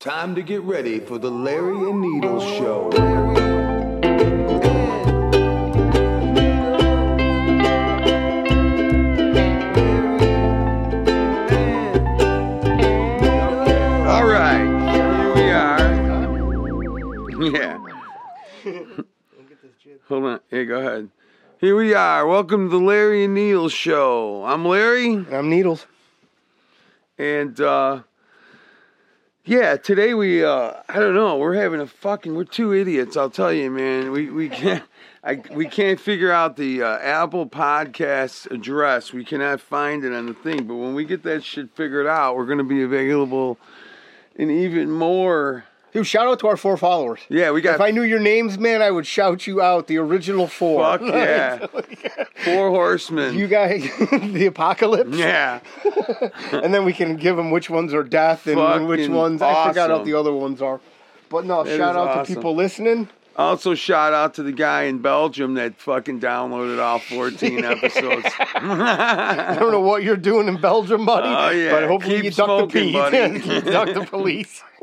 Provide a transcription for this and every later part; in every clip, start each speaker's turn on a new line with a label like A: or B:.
A: Time to get ready for the Larry and Needles show.
B: All right, here we are. Yeah. Hold on. Yeah, go ahead. Here we are. Welcome to the Larry and Neil Show. I'm Larry,
C: I'm Needles.
B: and uh, yeah, today we uh, I don't know. We're having a fucking. We're two idiots. I'll tell you, man. We we can't. I, we can't figure out the uh, Apple Podcast address. We cannot find it on the thing. But when we get that shit figured out, we're going to be available in even more.
C: Dude, shout out to our four followers.
B: Yeah, we got
C: If I knew your names, man, I would shout you out. The original four.
B: Fuck yeah. Four horsemen.
C: You guys, the apocalypse,
B: yeah.
C: and then we can give them which ones are death and which
B: Fucking
C: ones I forgot
B: awesome.
C: what the other ones are. But no,
B: That
C: shout
B: is
C: out
B: awesome.
C: to people listening.
B: Also, shout out to the guy in Belgium that fucking downloaded all 14 episodes.
C: I don't know what you're doing in Belgium, buddy,
B: Oh, yeah.
C: but hopefully
B: Keep
C: you duck
B: smoking, buddy.
C: the police. you duck the police.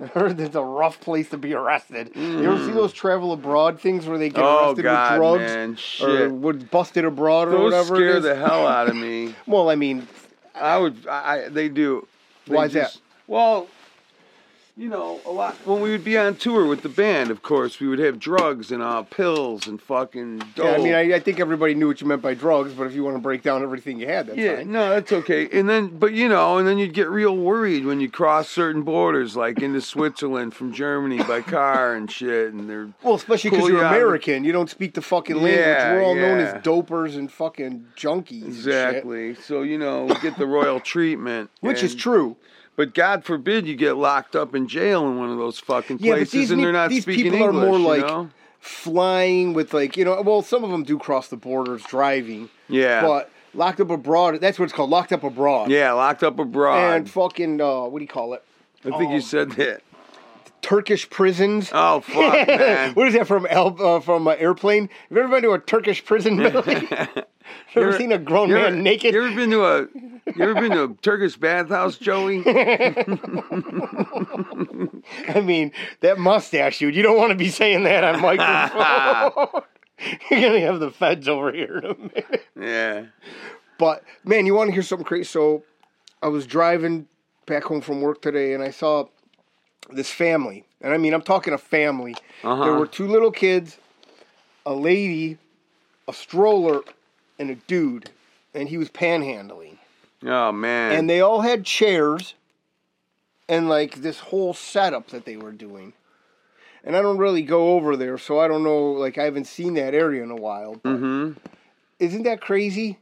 C: I heard it's a rough place to be arrested. You ever see those travel abroad things where they get
B: Mm. oh,
C: arrested
B: God,
C: with drugs
B: man.
C: or
B: Shit.
C: would busted abroad or
B: Those
C: whatever?
B: scare
C: it is?
B: the hell out of me.
C: Well, I mean,
B: I would, I, I- they do. They
C: Why is that?
B: Well, you know, a lot. When we would be on tour with the band, of course, we would have drugs and uh, pills and fucking dope.
C: Yeah, I mean, I, I think everybody knew what you meant by drugs, but if you want to break down everything you had, that's
B: Yeah,
C: fine.
B: no, that's okay. And then, but you know, and then you'd get real worried when you cross certain borders, like into Switzerland from Germany by car and shit. And they're
C: Well, especially because
B: Cool,
C: you're
B: yeah.
C: American, you don't speak the fucking language.
B: Yeah,
C: We're all known
B: yeah.
C: as dopers and fucking junkies. and shit.
B: exactly so you know we get the royal treatment,
C: which is
B: and-
C: true.
B: But God forbid you get locked up in jail in one of those fucking
C: Yeah, but
B: places,
C: these
B: and
C: me-
B: they're not
C: these
B: speaking
C: people are
B: English.
C: more
B: you
C: like-
B: know?
C: Flying with like you know, well, some of them do cross the borders driving,
B: yeah,
C: but locked up abroad. That's what it's called, locked up abroad.
B: yeah, locked up abroad.
C: And fucking uh, what do you call it?
B: I
C: oh.
B: think you said that.
C: Turkish prisons.
B: Oh fuck, man.
C: What is that from? El- uh, from uh, airplane? Have you ever been to a Turkish prison? Billy? you ever seen a grown
B: You
C: man
B: ever-
C: naked?
B: You ever been to a you ever been to a Turkish bathhouse, Joey?
C: I mean, that mustache, dude. You don't want to be saying that on microphone. You're gonna have the feds over here in a minute.
B: Yeah.
C: But man, you want to hear something crazy? So, I was driving back home from work today, and I saw this family, and I mean, I'm talking a family. There were two little kids, a lady, a stroller, and a dude, and he was panhandling.
B: Oh man.
C: and they all had chairs and like this whole setup that they were doing and i don't really go over there so i don't know like i haven't seen that area in a while but
B: Mm-hmm.
C: isn't that crazy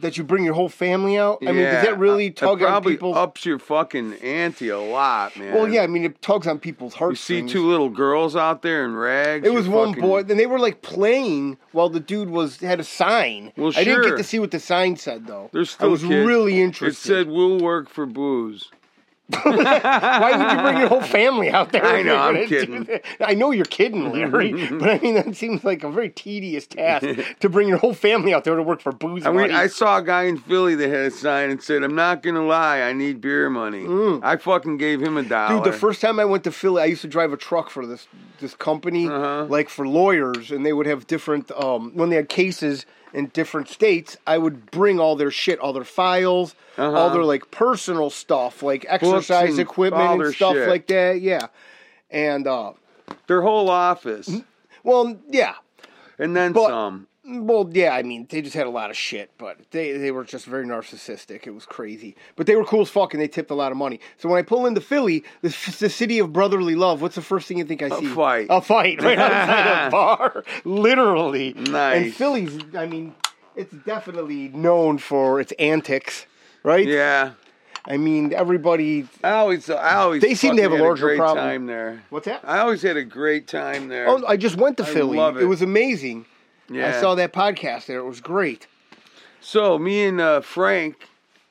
C: that you bring your whole family out i mean does
B: Yeah,
C: that really
B: it
C: tug on
B: probably
C: people's
B: ups your fucking ante a lot, man.
C: well yeah i mean it tugs on people's
B: You see
C: heartstrings
B: two little girls out there in rags.
C: it was
B: you're
C: one
B: fucking-
C: boy and they were like playing while the dude was had a sign
B: Well,
C: i didn't
B: sure.
C: get to see what the sign said though
B: They're still
C: i was
B: kids.
C: really
B: It
C: interested
B: said, "We'll work for booze."
C: Why would you bring your whole family out there?
B: I
C: if
B: know,
C: you're
B: I'm
C: gonna do
B: kidding.
C: that? I know you're kidding, Larry, but I mean that seems like a very tedious task to bring your whole family out there to work for booze
B: I mean,
C: money.
B: I saw a guy in Philly that had a sign and said, "I'm not gonna lie, I need beer money." I fucking gave him a dollar.
C: Mm. Dude, the first time I went to Philly, I used to drive a truck for this this company,
B: Uh-huh.
C: like for lawyers, and they would have different um, when they had cases in different states. I would bring all their shit, all their files, all their like personal stuff, like exercise
B: Uh-huh. and all
C: equipment
B: their
C: and stuff
B: shit.
C: like that. Yeah, and uh,
B: their whole office,
C: well, yeah,
B: and then
C: But-
B: some.
C: Well, yeah, I mean, they just had a lot of shit, but they, they were just very narcissistic. It was crazy. But they were cool as fuck, and they tipped a lot of money. So when I pull into Philly, the, f- the city of brotherly love, what's the first thing you think I see?
B: fight.
C: A fight right outside a bar. Literally.
B: Nice.
C: And Philly's, I mean, it's definitely known for its antics, right?
B: Yeah,
C: I mean, everybody.
B: I always, I always.
C: They seem to have
B: fucking
C: a
B: had
C: larger
B: great
C: problem.
B: Time there.
C: What's that?
B: I always had a great time there.
C: oh, I just went to
B: Uh, I
C: Philly.
B: love it.
C: was amazing.
B: yeah.
C: I saw that podcast there. It was great.
B: So me and uh, Frank,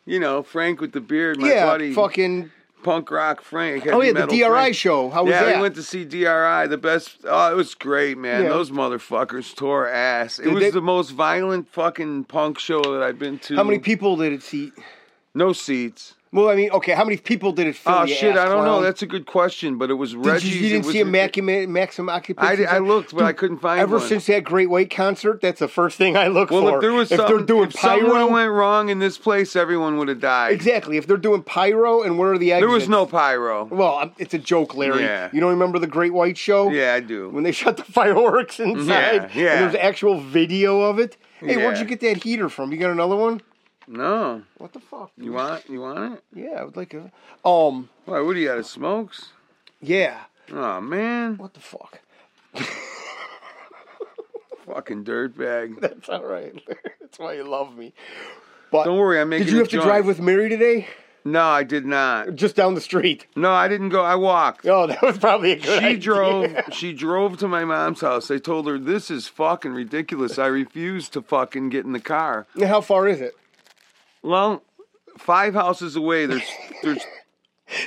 B: you know Frank with the beard, my
C: yeah,
B: buddy,
C: fucking.
B: punk rock Frank.
C: Oh,
B: heavy
C: yeah, the
B: metal
C: DRI
B: Frank.
C: show. How was
B: yeah,
C: that?
B: we went to see DRI. The best. Oh, it was great, man.
C: Yeah.
B: Those motherfuckers tore ass. It
C: Did
B: was
C: they-
B: the most violent fucking punk show that I've been to.
C: How many people did it seat?
B: No seats.
C: Well, I mean, okay, how many people did it fill?
B: Oh
C: you
B: shit,
C: ass
B: I don't know.
C: clown?
B: That's a good question, but it was
C: Did
B: Reggie's.
C: you, you
B: it
C: didn't
B: was-
C: see a maximum, maximum occupancy?
B: I, did- I
C: zone?
B: looked, but I couldn't find
C: Ever
B: one.
C: since that Great White concert, that's the first thing I look
B: well,
C: for.
B: if there was
C: they're
B: something-
C: doing
B: if
C: pyro,
B: someone went wrong in this place, everyone would have died.
C: exactly. If they're doing pyro, and where are the exits?
B: There was no pyro.
C: Well, I'm- it's a joke, Larry.
B: Yeah.
C: You don't remember the Great White Show?
B: Yeah, I do.
C: When they shut the fireworks inside,
B: Yeah, yeah.
C: and there's actual video of it. Hey, where'd
B: Yeah.
C: you get that heater from? You got another one?
B: No,
C: What the fuck?
B: you want you want it?
C: Yeah, I would like a. Um,
B: Why? What do you got? Of smokes?
C: yeah.
B: Oh man,
C: What the fuck?
B: fucking dirtbag.
C: That's all right. Larry. That's why you love me. But
B: Don't worry, I'm making.
C: Did you
B: a
C: have to
B: joint.
C: drive with Mary today?
B: No, I did not.
C: Just down the street.
B: No, I didn't go. I walked.
C: Oh, that was probably a good
B: She
C: idea.
B: drove. She drove to my mom's house. I told her this is fucking ridiculous. I refuse to fucking get in the car.
C: Now, How far is it?
B: Well, five houses away. There's there's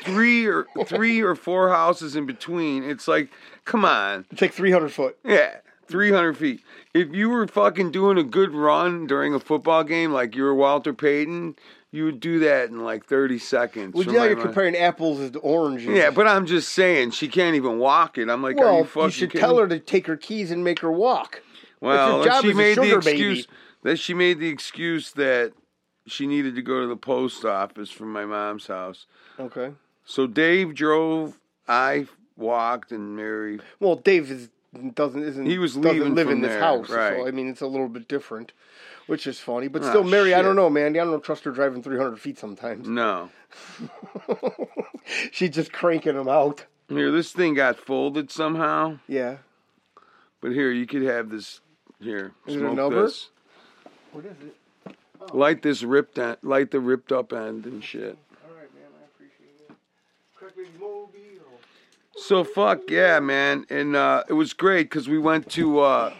B: three or three or four houses in between. It's like, come on,
C: It's like 300 foot.
B: yeah. 300 feet. If you were fucking doing a good run during a football game, like you were Walter Payton, you would do that in like 30 seconds.
C: Well,
B: from
C: yeah,
B: my
C: you're
B: mind.
C: comparing apples to oranges.
B: Yeah, but I'm just saying she can't even walk it. I'm like,
C: well,
B: are you
C: you,
B: fucking?
C: should
B: kidding
C: tell
B: me?
C: her to take her keys and make her walk.
B: Well,
C: your
B: and
C: job
B: she
C: is a
B: made the
C: sugar baby.
B: excuse that she made the excuse that she needed to go to the post office from my mom's house.
C: Okay.
B: So Dave drove, I walked, and Mary.
C: Well, Dave is, doesn't isn't
B: He was leaving
C: doesn't live
B: from
C: in this
B: there,
C: house,
B: right.
C: so I mean it's a little bit different, which is funny. But
B: Ah,
C: still, Mary, I
B: shit.
C: don't know, man. I don't trust her driving 300 feet sometimes.
B: No,
C: She's just cranking them out.
B: here this thing got folded somehow.
C: Yeah.
B: But here you could have this. Here,
C: Is it a
B: smoke
C: number?
B: this.
C: What is it?
B: Light this ripped en- light the ripped up end and shit.
C: All right, man. I appreciate it. Crack Baby Moby. Or...
B: So fuck yeah, man, and uh, it was great because we went to uh,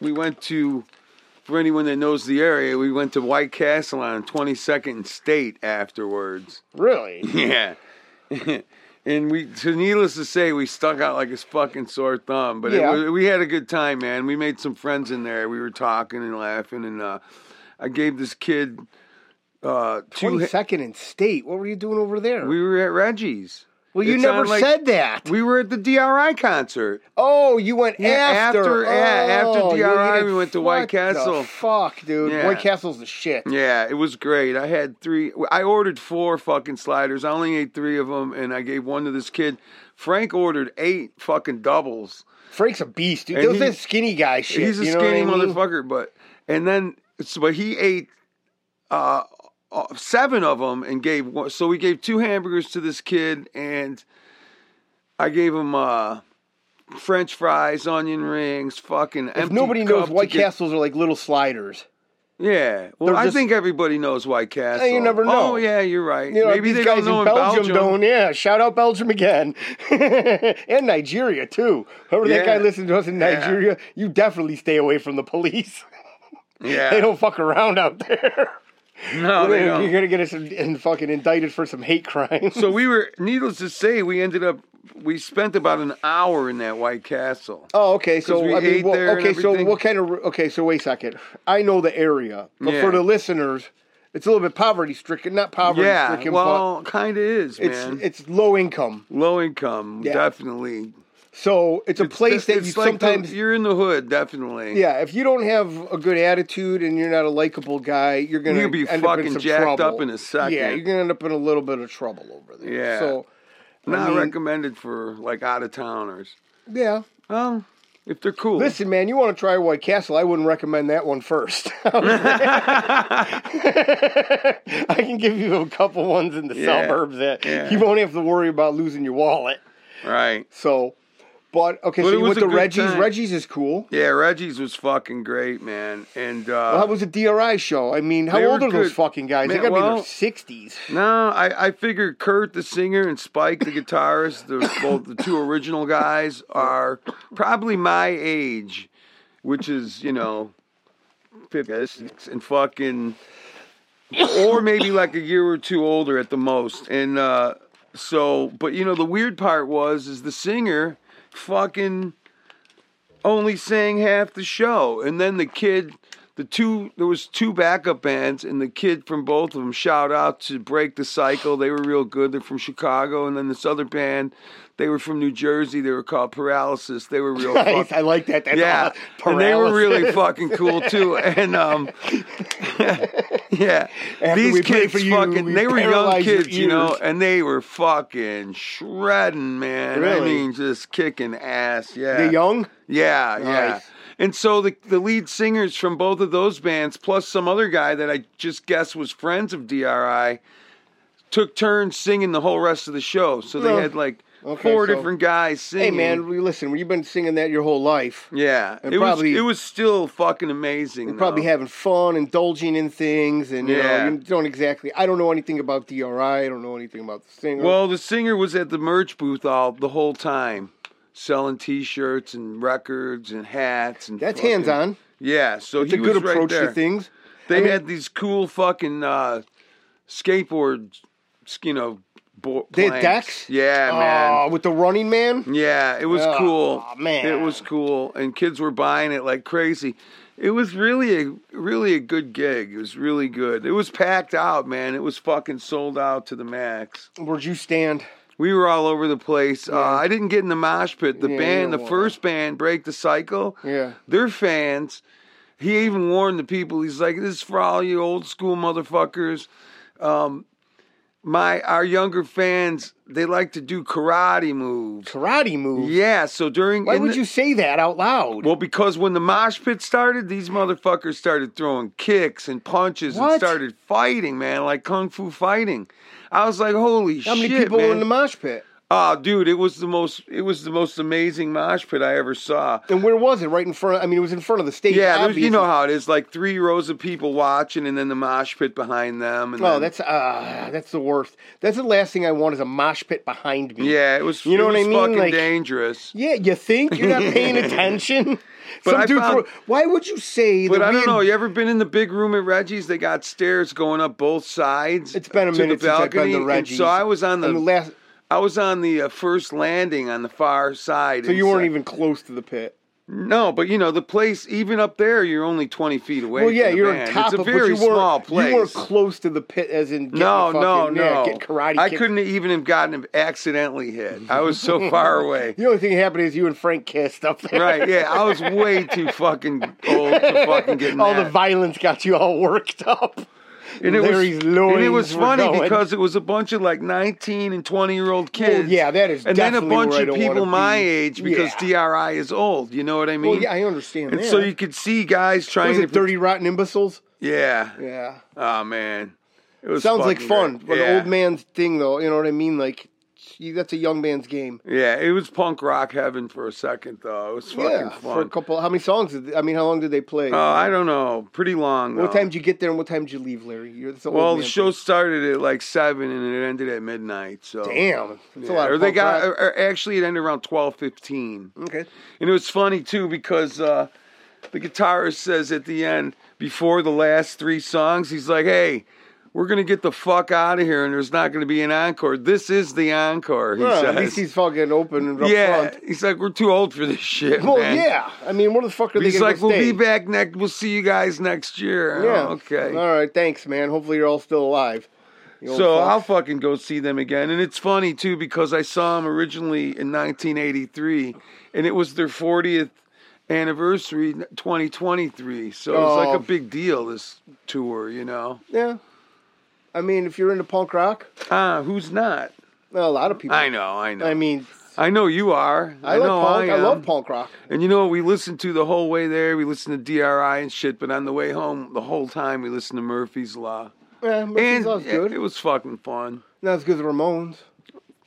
B: we went to for anyone that knows the area, we went to White Castle on 22nd and State afterwards.
C: Really?
B: Yeah, and we, so needless to say, we stuck out like a fucking sore thumb. But
C: Yeah.
B: it was, we had a good time, man. We made some friends in there. We were talking and laughing, and uh, I gave this kid uh, two.
C: Twenty second in state. What were you doing over there?
B: we were at Reggie's.
C: well, you
B: it's
C: never
B: on, like-
C: said that.
B: We were at the DRI concert.
C: oh, you went
B: Yeah, after-
C: after.
B: yeah,
C: Oh,
B: after
C: you
B: DRI,
C: didn't-
B: we went to
C: what
B: White
C: the
B: Castle.
C: fuck, dude.
B: Yeah.
C: White Castle's the shit.
B: Yeah, it was great. I had three. I ordered four fucking sliders. I only ate three of them, and I gave one to this kid. Frank ordered eight fucking doubles.
C: Frank's a beast, dude.
B: And
C: Those
B: he-
C: that skinny guy shit.
B: He's a
C: you know what
B: skinny
C: I mean?
B: motherfucker, but and then so, but he ate uh, uh, seven of them and gave one. So we gave two hamburgers to this kid, and I gave him uh, French fries, onion rings, fucking.
C: If nobody knows, White
B: Castle.
C: Castles are like little sliders.
B: Yeah, well,
C: They're
B: I
C: just-
B: think everybody knows White Castle.
C: you never know.
B: Oh yeah, you're right.
C: You know,
B: Maybe
C: these
B: they
C: guys
B: don't know
C: in Belgium,
B: Belgium.
C: don't. Yeah, shout out Belgium again, and Nigeria too. Whoever that
B: Yeah.
C: guy listened to us in
B: Yeah.
C: Nigeria, you definitely stay away from the police.
B: Yeah,
C: they don't fuck around out there.
B: No, they
C: You're- You're
B: don't.
C: gonna get us in, in fucking indicted for some hate crimes.
B: So we were, needless to say, we ended up we spent about an hour in that White Castle.
C: oh, okay. So
B: 'Cause we
C: I mean,
B: ate
C: well,
B: there and
C: okay. So
B: everything.
C: what kind of? Okay, so wait a second. I know the area, but
B: Yeah.
C: for the listeners, it's a little bit poverty stricken. Not poverty
B: yeah,
C: stricken,
B: well, kind of is,
C: but it's
B: man.
C: it's low income.
B: Low income,
C: Yeah.
B: definitely.
C: So it's a place that you
B: It's like the-
C: sometimes.
B: you're in the hood, definitely.
C: yeah, if you don't have a good attitude and you're not a likable guy, you're gonna
B: You'll be
C: end up in
B: fucking
C: some
B: jacked
C: trouble.
B: up in a second.
C: Yeah, you're gonna end up in a little bit of trouble over there.
B: Yeah.
C: So
B: not
C: mean-
B: recommended for like out of towners.
C: yeah,
B: Well, if they're cool.
C: Listen, man, you want to try White Castle? I wouldn't recommend that one first. I can give you a couple ones in the
B: Yeah.
C: suburbs that
B: Yeah.
C: you won't have to worry about losing your wallet.
B: right?
C: So, but okay,
B: But
C: so
B: it
C: you
B: was
C: went
B: a
C: to
B: good
C: Reggie's.
B: time.
C: Reggie's is cool.
B: Yeah, Reggie's was fucking great, man. And uh,
C: Well, that was a DRI show. I mean, how
B: They
C: old
B: were
C: are those
B: good.
C: fucking guys? they
B: Man,
C: got to be in
B: well-
C: their sixties.
B: No, I, I figured Kurt, the singer, and Spike, the guitarist, the, both the two original guys, are probably my age, which is, you know, 56 and fucking, or maybe like a year or two older at the most. And uh, so, but you know, the weird part was, is the singer fucking only sang half the show. And then the kid, the two there was two backup bands, and the kid from both of them shout out to break the cycle. They were real good. They're from Chicago, and then this other band, they were from New Jersey. They were called Paralysis. They were real. fuck-
C: I like that. That's
B: yeah,
C: all-
B: and they were really
C: paralysis.
B: fucking cool too. And um, yeah,
C: After
B: these
C: we play
B: kids
C: for you,
B: fucking,
C: we
B: they were young
C: paralyze your
B: kids, you know,
C: ears.
B: and they were fucking shredding, man. I
C: Really?
B: mean, just kicking ass. Yeah,
C: The young.
B: yeah, yeah.
C: Nice.
B: And so the the lead singers from both of those bands, plus some other guy that I just guessed was friends of DRI, took turns singing the whole rest of the show. So they
C: No.
B: had like
C: Okay,
B: four
C: so-
B: different guys singing.
C: Hey man, we- listen. You've been singing that your whole life.
B: Yeah,
C: And
B: it
C: probably-
B: was it was still fucking amazing.
C: You're probably
B: though.
C: having fun, indulging in things, and you
B: Yeah.
C: know you don't exactly. I don't know anything about DRI. I don't know anything about the singer.
B: Well, the singer was at the merch booth all the whole time, selling T-shirts and records and hats and.
C: that's
B: fucking-
C: hands on.
B: Yeah, so
C: It's
B: he
C: a good
B: was right
C: approach
B: there.
C: to things.
B: They
C: I mean-
B: had these cool fucking uh, skateboard, you know, bo-
C: They had
B: planks.
C: decks?
B: Yeah,
C: Aw,
B: man.
C: with the running man.
B: Yeah, it was
C: Oh,
B: cool.
C: man.
B: It was cool, and kids were buying it like crazy. It was really a really a good gig. It was really good. It was packed out, man. It was fucking sold out to the max.
C: Where'd you stand?
B: We were all over the place. Uh, I didn't get in the mosh pit. The
C: Yeah, you
B: band, the
C: don't wanna.
B: first band, Break the Cycle.
C: Yeah.
B: Their fans. He even warned the people. He's like, "This is for all you old school motherfuckers." Um, my our younger fans, they like to do karate moves.
C: Karate move.
B: Yeah. So during
C: Why
B: in
C: would
B: the-
C: you say that out loud?
B: Well, because when the mosh pit started, these motherfuckers started throwing kicks and punches and
C: What?
B: started fighting, man, like kung fu fighting. I was like, "Holy
C: How many
B: shit!"
C: people were
B: man.
C: in the mosh pit?
B: Oh, dude, it was the most it was the most amazing mosh pit I ever saw.
C: And where was it? Right in front. Of, I mean, it was in front of the stage.
B: Yeah, there's, you
C: obviously.
B: know how it is, like three rows of people watching, and then the mosh pit behind them. And
C: Oh,
B: then-
C: that's uh, that's the worst. That's the last thing I want is a mosh pit behind me.
B: yeah, it was.
C: You know
B: it
C: what I
B: was
C: mean?
B: Fucking
C: Like-
B: dangerous.
C: Yeah, you think you're not paying attention?
B: But I found-
C: threw- why would you say
B: But
C: that?
B: I
C: we
B: don't know.
C: had-
B: You ever been in the big room at Reggie's? They got stairs going up both sides.
C: It's been a
B: to
C: minute
B: the
C: since I've
B: balcony,
C: been to
B: and
C: Reggie's.
B: So I was on
C: And the
B: the
C: last,
B: I was on the uh, first landing on the far side.
C: so you weren't even close to the pit.
B: no, but you know the place. Even up there, you're only twenty feet away.
C: Well, yeah,
B: from the
C: you're
B: band.
C: on top
B: It's a
C: of,
B: very
C: but you weren't,
B: small place.
C: You weren't close to the pit, as in getting
B: No,
C: the
B: no,
C: fucking, yeah,
B: no.
C: get karate.
B: I
C: kicked.
B: couldn't even have gotten him accidentally hit. I was so far away.
C: The only thing that happened is you and Frank kissed up there.
B: Right? Yeah, I was way too fucking old to fucking get in
C: all
B: that.
C: the violence got you all worked up.
B: and it was,
C: Larry's
B: and it was
C: loins were
B: funny
C: going.
B: because it was a bunch of like nineteen and twenty year old
C: Well,
B: kids.
C: yeah, that is
B: and then a
C: definitely
B: bunch
C: where I
B: of
C: don't
B: people
C: wanna
B: my
C: be.
B: age because DRI is old. You know what I mean?
C: Well, yeah, I understand
B: And
C: that.
B: so you could see guys trying
C: was
B: to
C: it Dirty Rotten Imbeciles?
B: Yeah.
C: Yeah.
B: Oh man, it was
C: Sounds like
B: fucking
C: fun,
B: great.
C: but
B: yeah.
C: an old man's thing, though. You know what I mean? Like, you- that's a young man's game.
B: Yeah, it was punk rock heaven for a second though. It was fucking
C: yeah.
B: fun.
C: For a couple, how many songs? Did, I mean, how long did they play?
B: Oh, I don't know. Pretty long.
C: what
B: though.
C: time did you get there and what time did you leave, Larry? You're, that's an
B: Well,
C: old
B: the
C: man
B: show started at like seven and it ended at midnight. So
C: thing. Damn, that's
B: Yeah,
C: a lot.
B: or
C: of
B: they
C: punk
B: got, uh,
C: rock.
B: or, or actually, it ended around twelve fifteen,
C: okay.
B: and it was funny too because uh, the guitarist says at the end, before the last three songs, he's like, "Hey, we're gonna get the fuck out of here, and there's not gonna be an encore. This is the encore." He
C: Well,
B: says.
C: at least he's fucking open and up
B: yeah,
C: front.
B: he's like, "We're too old for this shit."
C: Well,
B: man."
C: yeah. I mean, where the fuck are they?
B: He's
C: gonna
B: like,
C: go
B: "We'll
C: stay?
B: be back next. We'll see you guys next year."
C: Yeah.
B: Oh, okay.
C: All right. Thanks, man. Hopefully, you're all still alive. You old
B: So
C: fuck.
B: I'll fucking go see them again. And it's funny too because I saw them originally in 1983 and it was their 40th anniversary 2023. So it was like
C: Oh.
B: a big deal this tour, you know.
C: Yeah. I mean, if you're into punk rock,
B: Ah, who's not?
C: well, a lot of people.
B: I know, I know.
C: I mean,
B: I know you are.
C: I, like
B: know um,
C: punk. I,
B: am.
C: love punk rock.
B: And you know what we listened to the whole way there? We listened to DRI and shit, but on the way home the whtle time we listened to Murphy's Law.
C: Yeah, Murphy's
B: and
C: Law's
B: yeah,
C: good.
B: it was fucking fun.
C: Not as good as Ramones.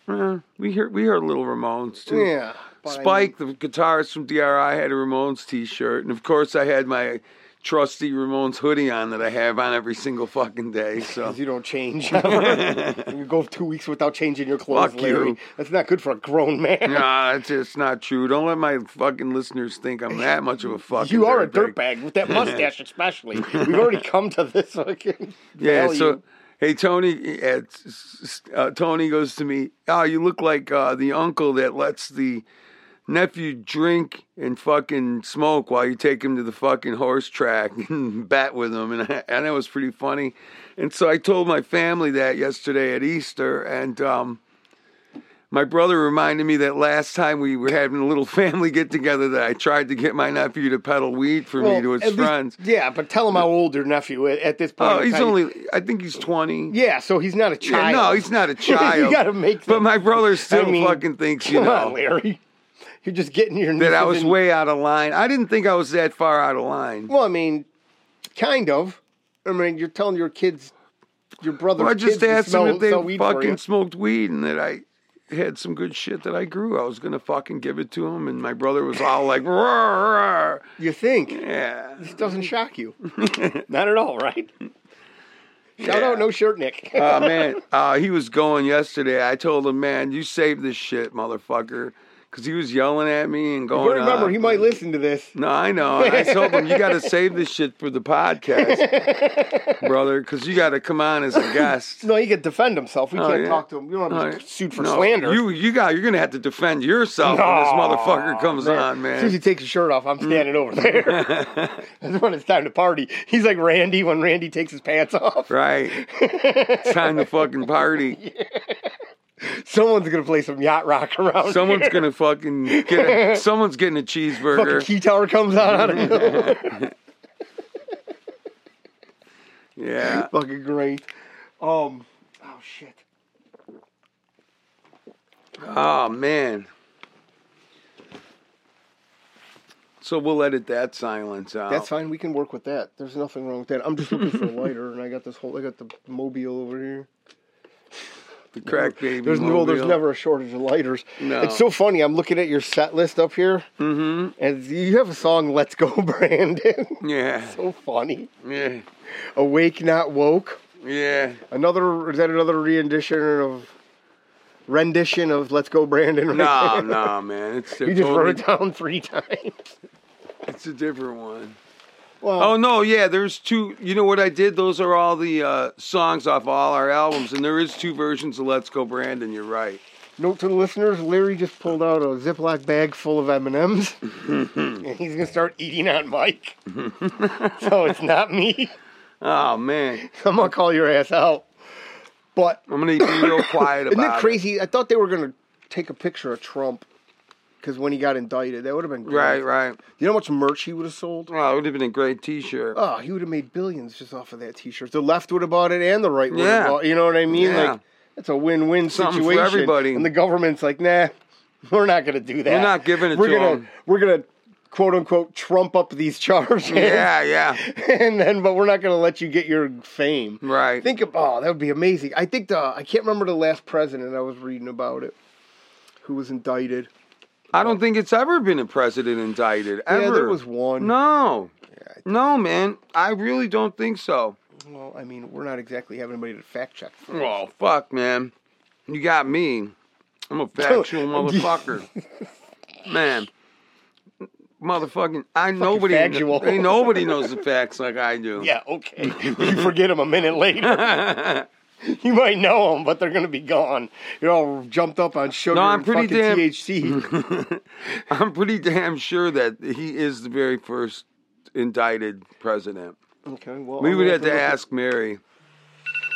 B: Eh, we heard we heard little Ramones too.
C: Yeah. but I mean-
B: Spike, the guitarist from DRI, had a Ramones T-shirt, and of course, I had my trusty Ramones hoodie on that I have on every single fucking day. So
C: 'Cause you don't change. ever. you go two weeks without changing your clothes,
B: Fuck you.
C: Larry. That's not good for a grown man.
B: nah, it's it's not true. Don't let my fucking listeners think I'm that much of a fucking.
C: You are a
B: dirtbag.
C: dirtbag with that mustache, especially. We've already come to this fucking.
B: Yeah.
C: value.
B: So, hey, Tony. Uh, s- s- uh, Tony goes to me. Oh, you look like uh, the uncle that lets the nephew drink and fucking smoke while you take him to the fucking horse track and bat with him, and I, and it was pretty funny. And so I told my family that yesterday at Easter, and um, my brother reminded me that last time we were having a little family get together that I tried to get my nephew to peddle weed for me
C: Well,
B: to
C: at
B: his
C: least-
B: friends.
C: yeah, but tell him how old your nephew is at this point.
B: Oh,
C: in
B: he's
C: time.
B: only I think he's twenty.
C: yeah, so he's not a
B: Yeah,
C: child.
B: no, he's not a child.
C: gotta make
B: But
C: them-
B: my brother still
C: mean,
B: fucking thinks you
C: Come
B: know
C: on, Larry. You're just getting your
B: that I
C: nieces
B: was
C: and-
B: way out of line. I didn't think I was that far out of line.
C: Well, I mean, kind of. I mean, you're telling your kids, your brother's
B: Well, I just
C: kids to
B: asked him
C: smell,
B: if they
C: sell weed for you.
B: fucking smoked weed and that I had some good shit that I grew. I was gonna fucking give it to him, and my brother was all like, "Rawr, rawr."
C: You think?
B: "Yeah."
C: This doesn't shock you. Not at all, right? Shout
B: Yeah.
C: out, no shirt, Nick.
B: Oh man, uh, he was going yesterday. I told him, "Man, you saved this shit, motherfucker," because he was yelling at me and
C: but
B: going.
C: remember,
B: off.
C: he might listen to this.
B: No, I know. And I told him you got to save this shit for the podcast, brother, because you got to come on as a guest.
C: No, he could defend himself. We
B: Oh,
C: can't
B: yeah.
C: talk to him. We don't
B: No,
C: have to sued for
B: no,
C: slander.
B: You, you got. You're gonna have to defend yourself when this
C: No,
B: motherfucker comes on,
C: As soon as he
B: man.
C: takes his shirt off, I'm
B: Mm.
C: standing over there. That's when it's time to party. He's like Randy when Randy takes his pants off.
B: Right. It's time to fucking party.
C: Someone's gonna play some yacht rock around.
B: Someone's
C: here.
B: gonna fucking get. A, someone's getting a cheeseburger.
C: fucking key tower comes out out of nowhere.
B: Yeah.
C: fucking great. Um, oh shit.
B: Oh man. So we'll edit that silence out.
C: That's fine. We can work with that. There's nothing wrong with that. I'm just looking for a lighter, and I got this whole. I got the mobile over here.
B: the crack baby.
C: There's no. There's
B: mobile.
C: never a shortage of lighters.
B: No.
C: It's so funny. I'm looking at your set list up here, mm-hmm. and you have a song "Let's Go, Brandon."
B: Yeah.
C: so funny.
B: Yeah.
C: Awake, not woke.
B: Yeah.
C: Another is that another rendition of rendition of "Let's Go, Brandon"? right
B: No,
C: there?
B: no, man. It's a,
C: You just
B: totally-
C: wrote it down three times.
B: it's a different one.
C: Well,
B: Oh no, yeah, there's two. You know what I did? Those are all the uh, songs off all our albums, and there is two versions of "Let's Go Brandon." You're right.
C: Note to the listeners: Larry just pulled out a Ziploc bag full of M and M's, and he's gonna start eating on Mike. so it's not me.
B: Oh man,
C: I'm gonna call your ass out. But
B: I'm gonna be real quiet
C: isn't
B: about
C: it crazy? I thought they were gonna take a picture of Trump because when he got indicted, that would have been great.
B: Right, right.
C: You know how much merch he would have sold?
B: Oh, it would have been a great T-shirt.
C: Oh, he would have made billions just off of that T-shirt. The left would have bought it, and the right would
B: Yeah.
C: have bought. You know what I mean?
B: Yeah.
C: Like it's a win-win
B: Something for
C: situation.
B: everybody.
C: And the government's like, nah, we're not going to do that.
B: We're not giving it
C: We're
B: to
C: gonna
B: 'em."
C: we're gonna quote unquote trump up these charges.
B: yeah, yeah.
C: and then, but we're not going to let you get your fame.
B: Right.
C: Think of oh, that would be amazing. I think the I can't remember the last president I was reading about it who was indicted.
B: I don't think it's ever been a president indicted. Ever.
C: Yeah, there was one.
B: No.
C: I think-
B: No, man. I really don't think so.
C: Well, I mean, we're not exactly having anybody to fact check.
B: Oh fuck, man. You got me. I'm a factual motherfucker. man. Motherfucking I nobody
C: factual.
B: ain't nobody knows the facts like I do.
C: Yeah, okay. you forget them a minute later. you might know them, but they're going to be gone. You're all jumped up on sugar
B: No, I'm
C: and
B: pretty
C: fucking
B: damn-
C: THC.
B: I'm pretty damn sure that he is the very first indicted president.
C: okay, well,
B: We
C: I'm
B: would
C: gonna
B: have to
C: look-
B: ask Mary.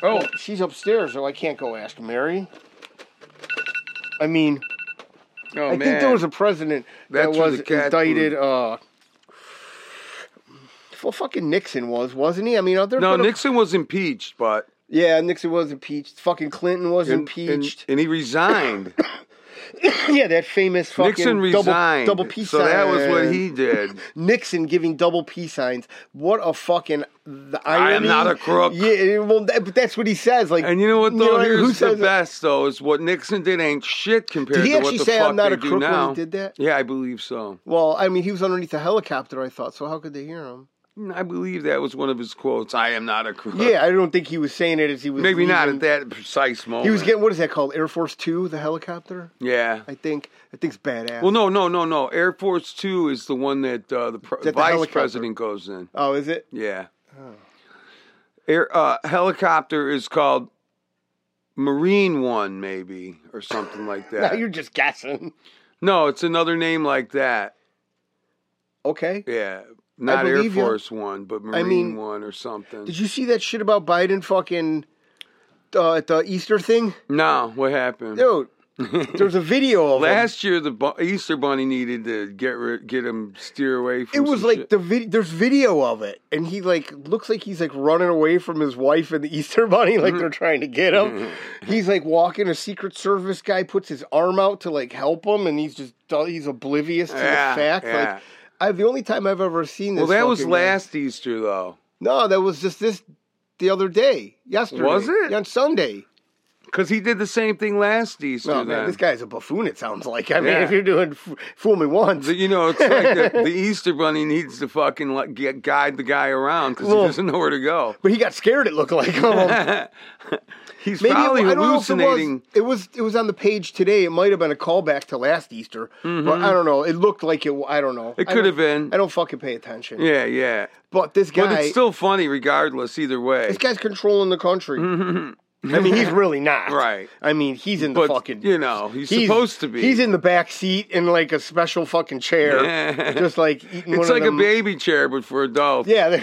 C: Oh, she's upstairs, so I can't go ask Mary. I mean,
B: Oh
C: I
B: man.
C: think there was a president that
B: That's where
C: was
B: the cat
C: indicted.
B: food-
C: Uh, well, fucking Nixon was, wasn't he? I mean, other
B: no, Nixon was impeached, but
C: yeah, Nixon was impeached. Fucking Clinton was
B: and- and-
C: impeached.
B: and, he resigned.
C: yeah, that famous fucking
B: Nixon
C: double,
B: resigned.
C: double peace
B: so that was what
C: sign.
B: he did.
C: Nixon giving double peace signs. What a fucking the irony.
B: I am not a crook.
C: Yeah, eh, well, that, but that's what he says. Like,
B: And you know what though?
C: what I mean? Who
B: Here's the
C: says that?
B: best though is what Nixon did ain't shit compared
C: Did he
B: to what
C: actually
B: the
C: say,
B: fuck
C: "I'm not
B: they
C: a
B: do
C: crook," when he
B: now.
C: did that?
B: Yeah, I believe so.
C: Well, I mean, he was underneath a helicopter. I thought so. How could they hear him?
B: Mm, I believe that was one of his quotes. I am not a crook.
C: Yeah, I don't think he was saying it as he was.
B: Uh, maybe not
C: leaving.
B: at that precise moment.
C: He was getting what is that called? Air Force Two, the helicopter.
B: yeah.
C: I think. I think's badass.
B: Well, no, no, no, no. Air Force Two is the one that uh, the pr-
C: that the
B: vice
C: helicopter?
B: president goes in.
C: Oh, is it?
B: Yeah. Air uh, helicopter is called Marine One, maybe or something like that.
C: No, you're just guessing.
B: No, it's another name like that.
C: Okay.
B: Yeah, not Air
C: believe you.
B: Force One, but Marine
C: mean,
B: One or something.
C: Did you see that shit about Biden fucking uh, at the Easter thing?
B: no, what happened?
C: Dude, there's a video of him.
B: Last year, the bu- Easter Bunny needed to get ri- get him steer away
C: It
B: from.
C: was
B: some
C: like
B: shit.
C: the video. There's video of it, and he like looks like he's like running away from his wife and the Easter Bunny,
B: Mm-hmm.
C: like they're trying to get him. he's like walking. A Secret Service guy puts his arm out to like help him, and he's just he's oblivious to
B: Yeah,
C: the fact.
B: yeah.
C: Like, I the only time I've ever seen this.
B: well, that was
C: fucking guy-
B: last Easter though,
C: No, that was just this the other day, yesterday.
B: Was it?
C: on Sunday?
B: because he did the same thing last Easter.
C: No, man,
B: then.
C: this guy's a buffoon. It sounds like. I mean,
B: Yeah.
C: if you're doing f- fool me once,
B: So, you know, it's like the, the Easter Bunny needs to fucking like, get, guide the guy around because he
C: Well-
B: doesn't know where to go.
C: but he got scared. It looked like. Um,
B: He's
C: Maybe
B: probably
C: it, I don't know if
B: hallucinating.
C: It was, it was it was on the page today. It might have been a callback to last Easter, but I don't know. It looked like it. I don't know.
B: Mm-hmm. It
C: I
B: could
C: don't-
B: have been.
C: I don't fucking pay attention.
B: Yeah, yeah.
C: But this guy,
B: But it's still funny regardless, either way.
C: this guy's controlling the country. I mean, he's really not.
B: Mm-hmm. Right.
C: I mean, he's in the
B: But,
C: fucking.
B: you know, he's, supposed to be.
C: He's in the back seat in like a special fucking chair, just like eating one
B: it's
C: of
B: like a
C: them-
B: baby chair, but for adults.
C: Yeah,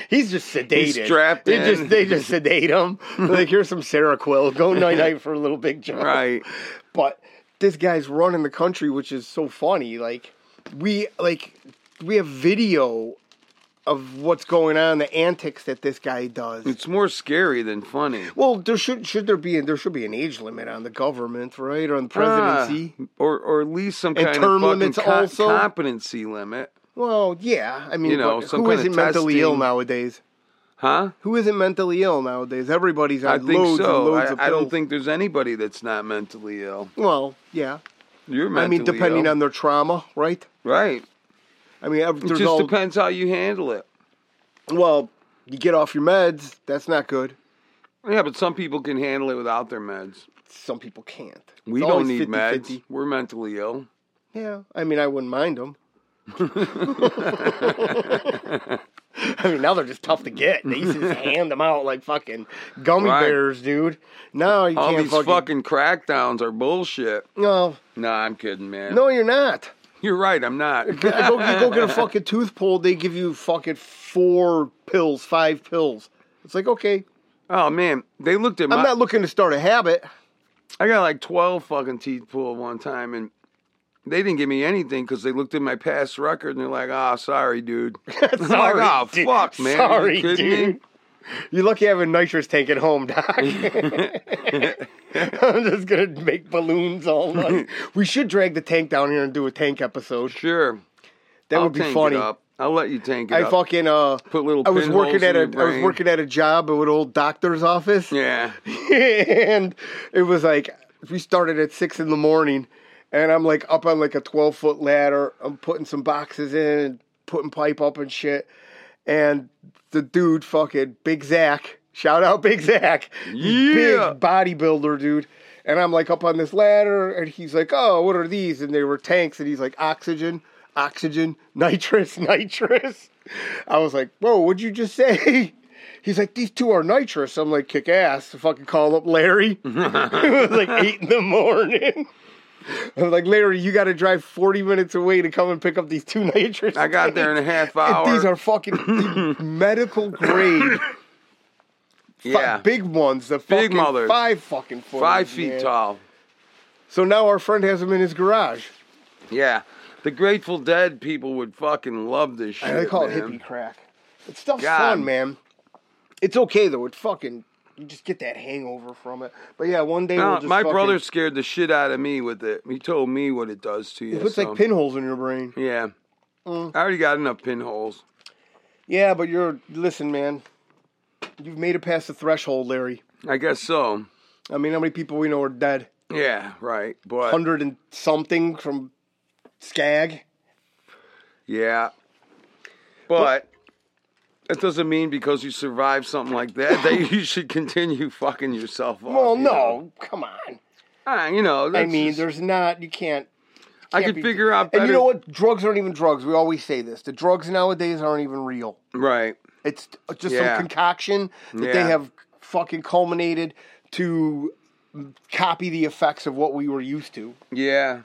C: he's just sedated.
B: He's strapped
C: They
B: in.
C: just they just sedate him. like here's some Seroquel. Go night night for a little big job.
B: Right.
C: But this guy's running the country, which is so funny. Like we like we have video of what's going on, the antics that this guy does.
B: It's more scary than funny.
C: Well, there should should there be there should be an age limit on the government, right, or on the presidency.
B: Ah, or, or at least some kind of
C: term
B: fucking
C: limits
B: co-
C: also?
B: competency limit.
C: Well, yeah, I mean,
B: You know,
C: but
B: some
C: who
B: kind of
C: isn't mentally ill
B: testing.
C: nowadays?
B: Huh?
C: Who isn't mentally ill nowadays? Everybody's on
B: I think
C: loads and
B: so.
C: loads of
B: I,
C: pills.
B: I don't think there's anybody that's not mentally ill.
C: Well, yeah.
B: You're
C: I
B: mentally
C: mean, depending
B: ill.
C: on their trauma, right?
B: Right.
C: I mean, ev-
B: It
C: there's
B: just
C: all.
B: depends how you handle it.
C: Well, you get off your meds. That's not good.
B: Yeah, but some people can handle it without their meds.
C: Some people can't.
B: We
C: It's
B: don't
C: always
B: need
C: 50,
B: meds.
C: 50.
B: We're mentally ill.
C: Yeah, I mean, I wouldn't mind them. I mean, now they're just tough to get. They used to just hand them out like fucking gummy
B: Right.
C: bears, dude. Now you
B: All
C: can't
B: these
C: fucking.
B: fucking crackdowns are bullshit.
C: no,
B: Nah, I'm kidding, man.
C: no, you're not.
B: You're right, I'm not.
C: I go, you go get a fucking tooth pulled. They give you fucking four pills, five pills. It's like okay,
B: oh man, they looked at my
C: I'm not looking to start a habit.
B: I got like 12 fucking teeth pulled one time and they didn't give me anything because they looked at my past record and they're like, ah, sorry, dude. I'm like,
C: Sorry,
B: "Ah,
C: dude.
B: fuck, man. Are you
C: Sorry,
B: kidding me?"
C: dude. You're lucky I have a nitrous tank at home, Doc. I'm just gonna make balloons all night. we should drag the tank down here and do a tank episode.
B: Sure.
C: That
B: I'll
C: would be
B: tank
C: funny.
B: It up. I'll let you tank it
C: I
B: up.
C: fucking uh,
B: Put little
C: I was
B: pinholes
C: working at
B: in
C: a I
B: your brain.
C: was working at a job at an old doctor's office.
B: Yeah.
C: and it was like we started at six in the morning, and I'm like up on like a twelve foot ladder. I'm putting some boxes in, and putting pipe up and shit. And the dude, fucking Big Zach, shout out Big Zach,
B: Yeah.
C: big bodybuilder dude. And I'm like up on this ladder, and he's like, "Oh, what are these?" And they were tanks, and he's like, "Oxygen, oxygen, nitrous, nitrous." I was like, "Whoa, what'd you just say?" He's like, these two are nitrous. I'm like, kick ass. Fucking call up Larry. it was like eight in the morning. I was like, Larry, you got to drive 40 minutes away to come and pick up these two nitrous.
B: I got there in a half hour.
C: And these are fucking medical grade, fu-
B: yeah.
C: big ones. The fucking
B: mothers.
C: five fucking foot,
B: Five feet
C: man.
B: tall.
C: So now our friend has them in his garage.
B: Yeah. The Grateful Dead people would fucking love this shit.
C: And they call
B: man.
C: it hippie crack. It's stuff's
B: God.
C: fun, man. It's okay though. It fucking you just get that hangover from it. But yeah, one day
B: No,
C: we'll just
B: my
C: fucking-
B: brother scared the shit out of me with it. He told me what it does to you.
C: It puts
B: so-
C: like pinholes in your brain.
B: Yeah.
C: Mm.
B: I already got enough pinholes.
C: Yeah, but you're listen, man. You've made it past the threshold, Larry.
B: I guess so.
C: I mean, how many people we know are dead?
B: Yeah, right. But
C: Hundred and something from Skag.
B: yeah. But that doesn't mean because you survived something like that that you should continue fucking yourself up.
C: Well,
B: you
C: no,
B: know?
C: come on.
B: Ah, you know,
C: I
B: that's
C: mean,
B: just-
C: there's not. You can't.
B: I
C: can't
B: could
C: be-
B: figure out better.
C: And you know what? Drugs aren't even drugs. We always say this. The drugs nowadays aren't even real.
B: Right.
C: It's uh, just
B: Yeah.
C: some concoction that they
B: Yeah.
C: have fucking mm, culminated to copy the effects of what we were used to.
B: Yeah.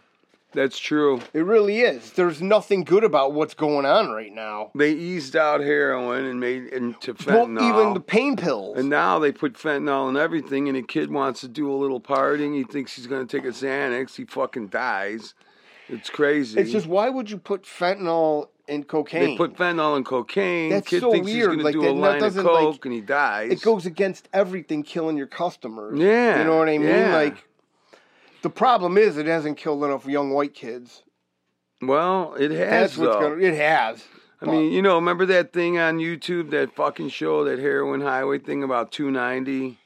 B: That's true.
C: It really is. There's nothing good about what's going on right now.
B: They eased out heroin and made into
C: Well,
B: fentanyl.
C: even the pain pills.
B: and now they put fentanyl in everything, and a kid wants to do a little partying. He thinks he's going to take a Xanax. He fucking dies. It's crazy.
C: it's just why would you put fentanyl in cocaine?
B: They put fentanyl in cocaine.
C: That's
B: Kid
C: so
B: thinks he's
C: weird,
B: gonna
C: like,
B: do
C: that-
B: a
C: that
B: line of
C: doesn't,
B: coke
C: like-
B: and he dies.
C: it goes against everything killing your customers.
B: Yeah,
C: You know what I mean?
B: yeah.
C: Like the problem is it hasn't killed enough young white kids.
B: well, it has
C: That's what's
B: though.
C: gonna it has.
B: I mean, you know, remember that thing on YouTube, that fucking show, that heroin highway thing about 290,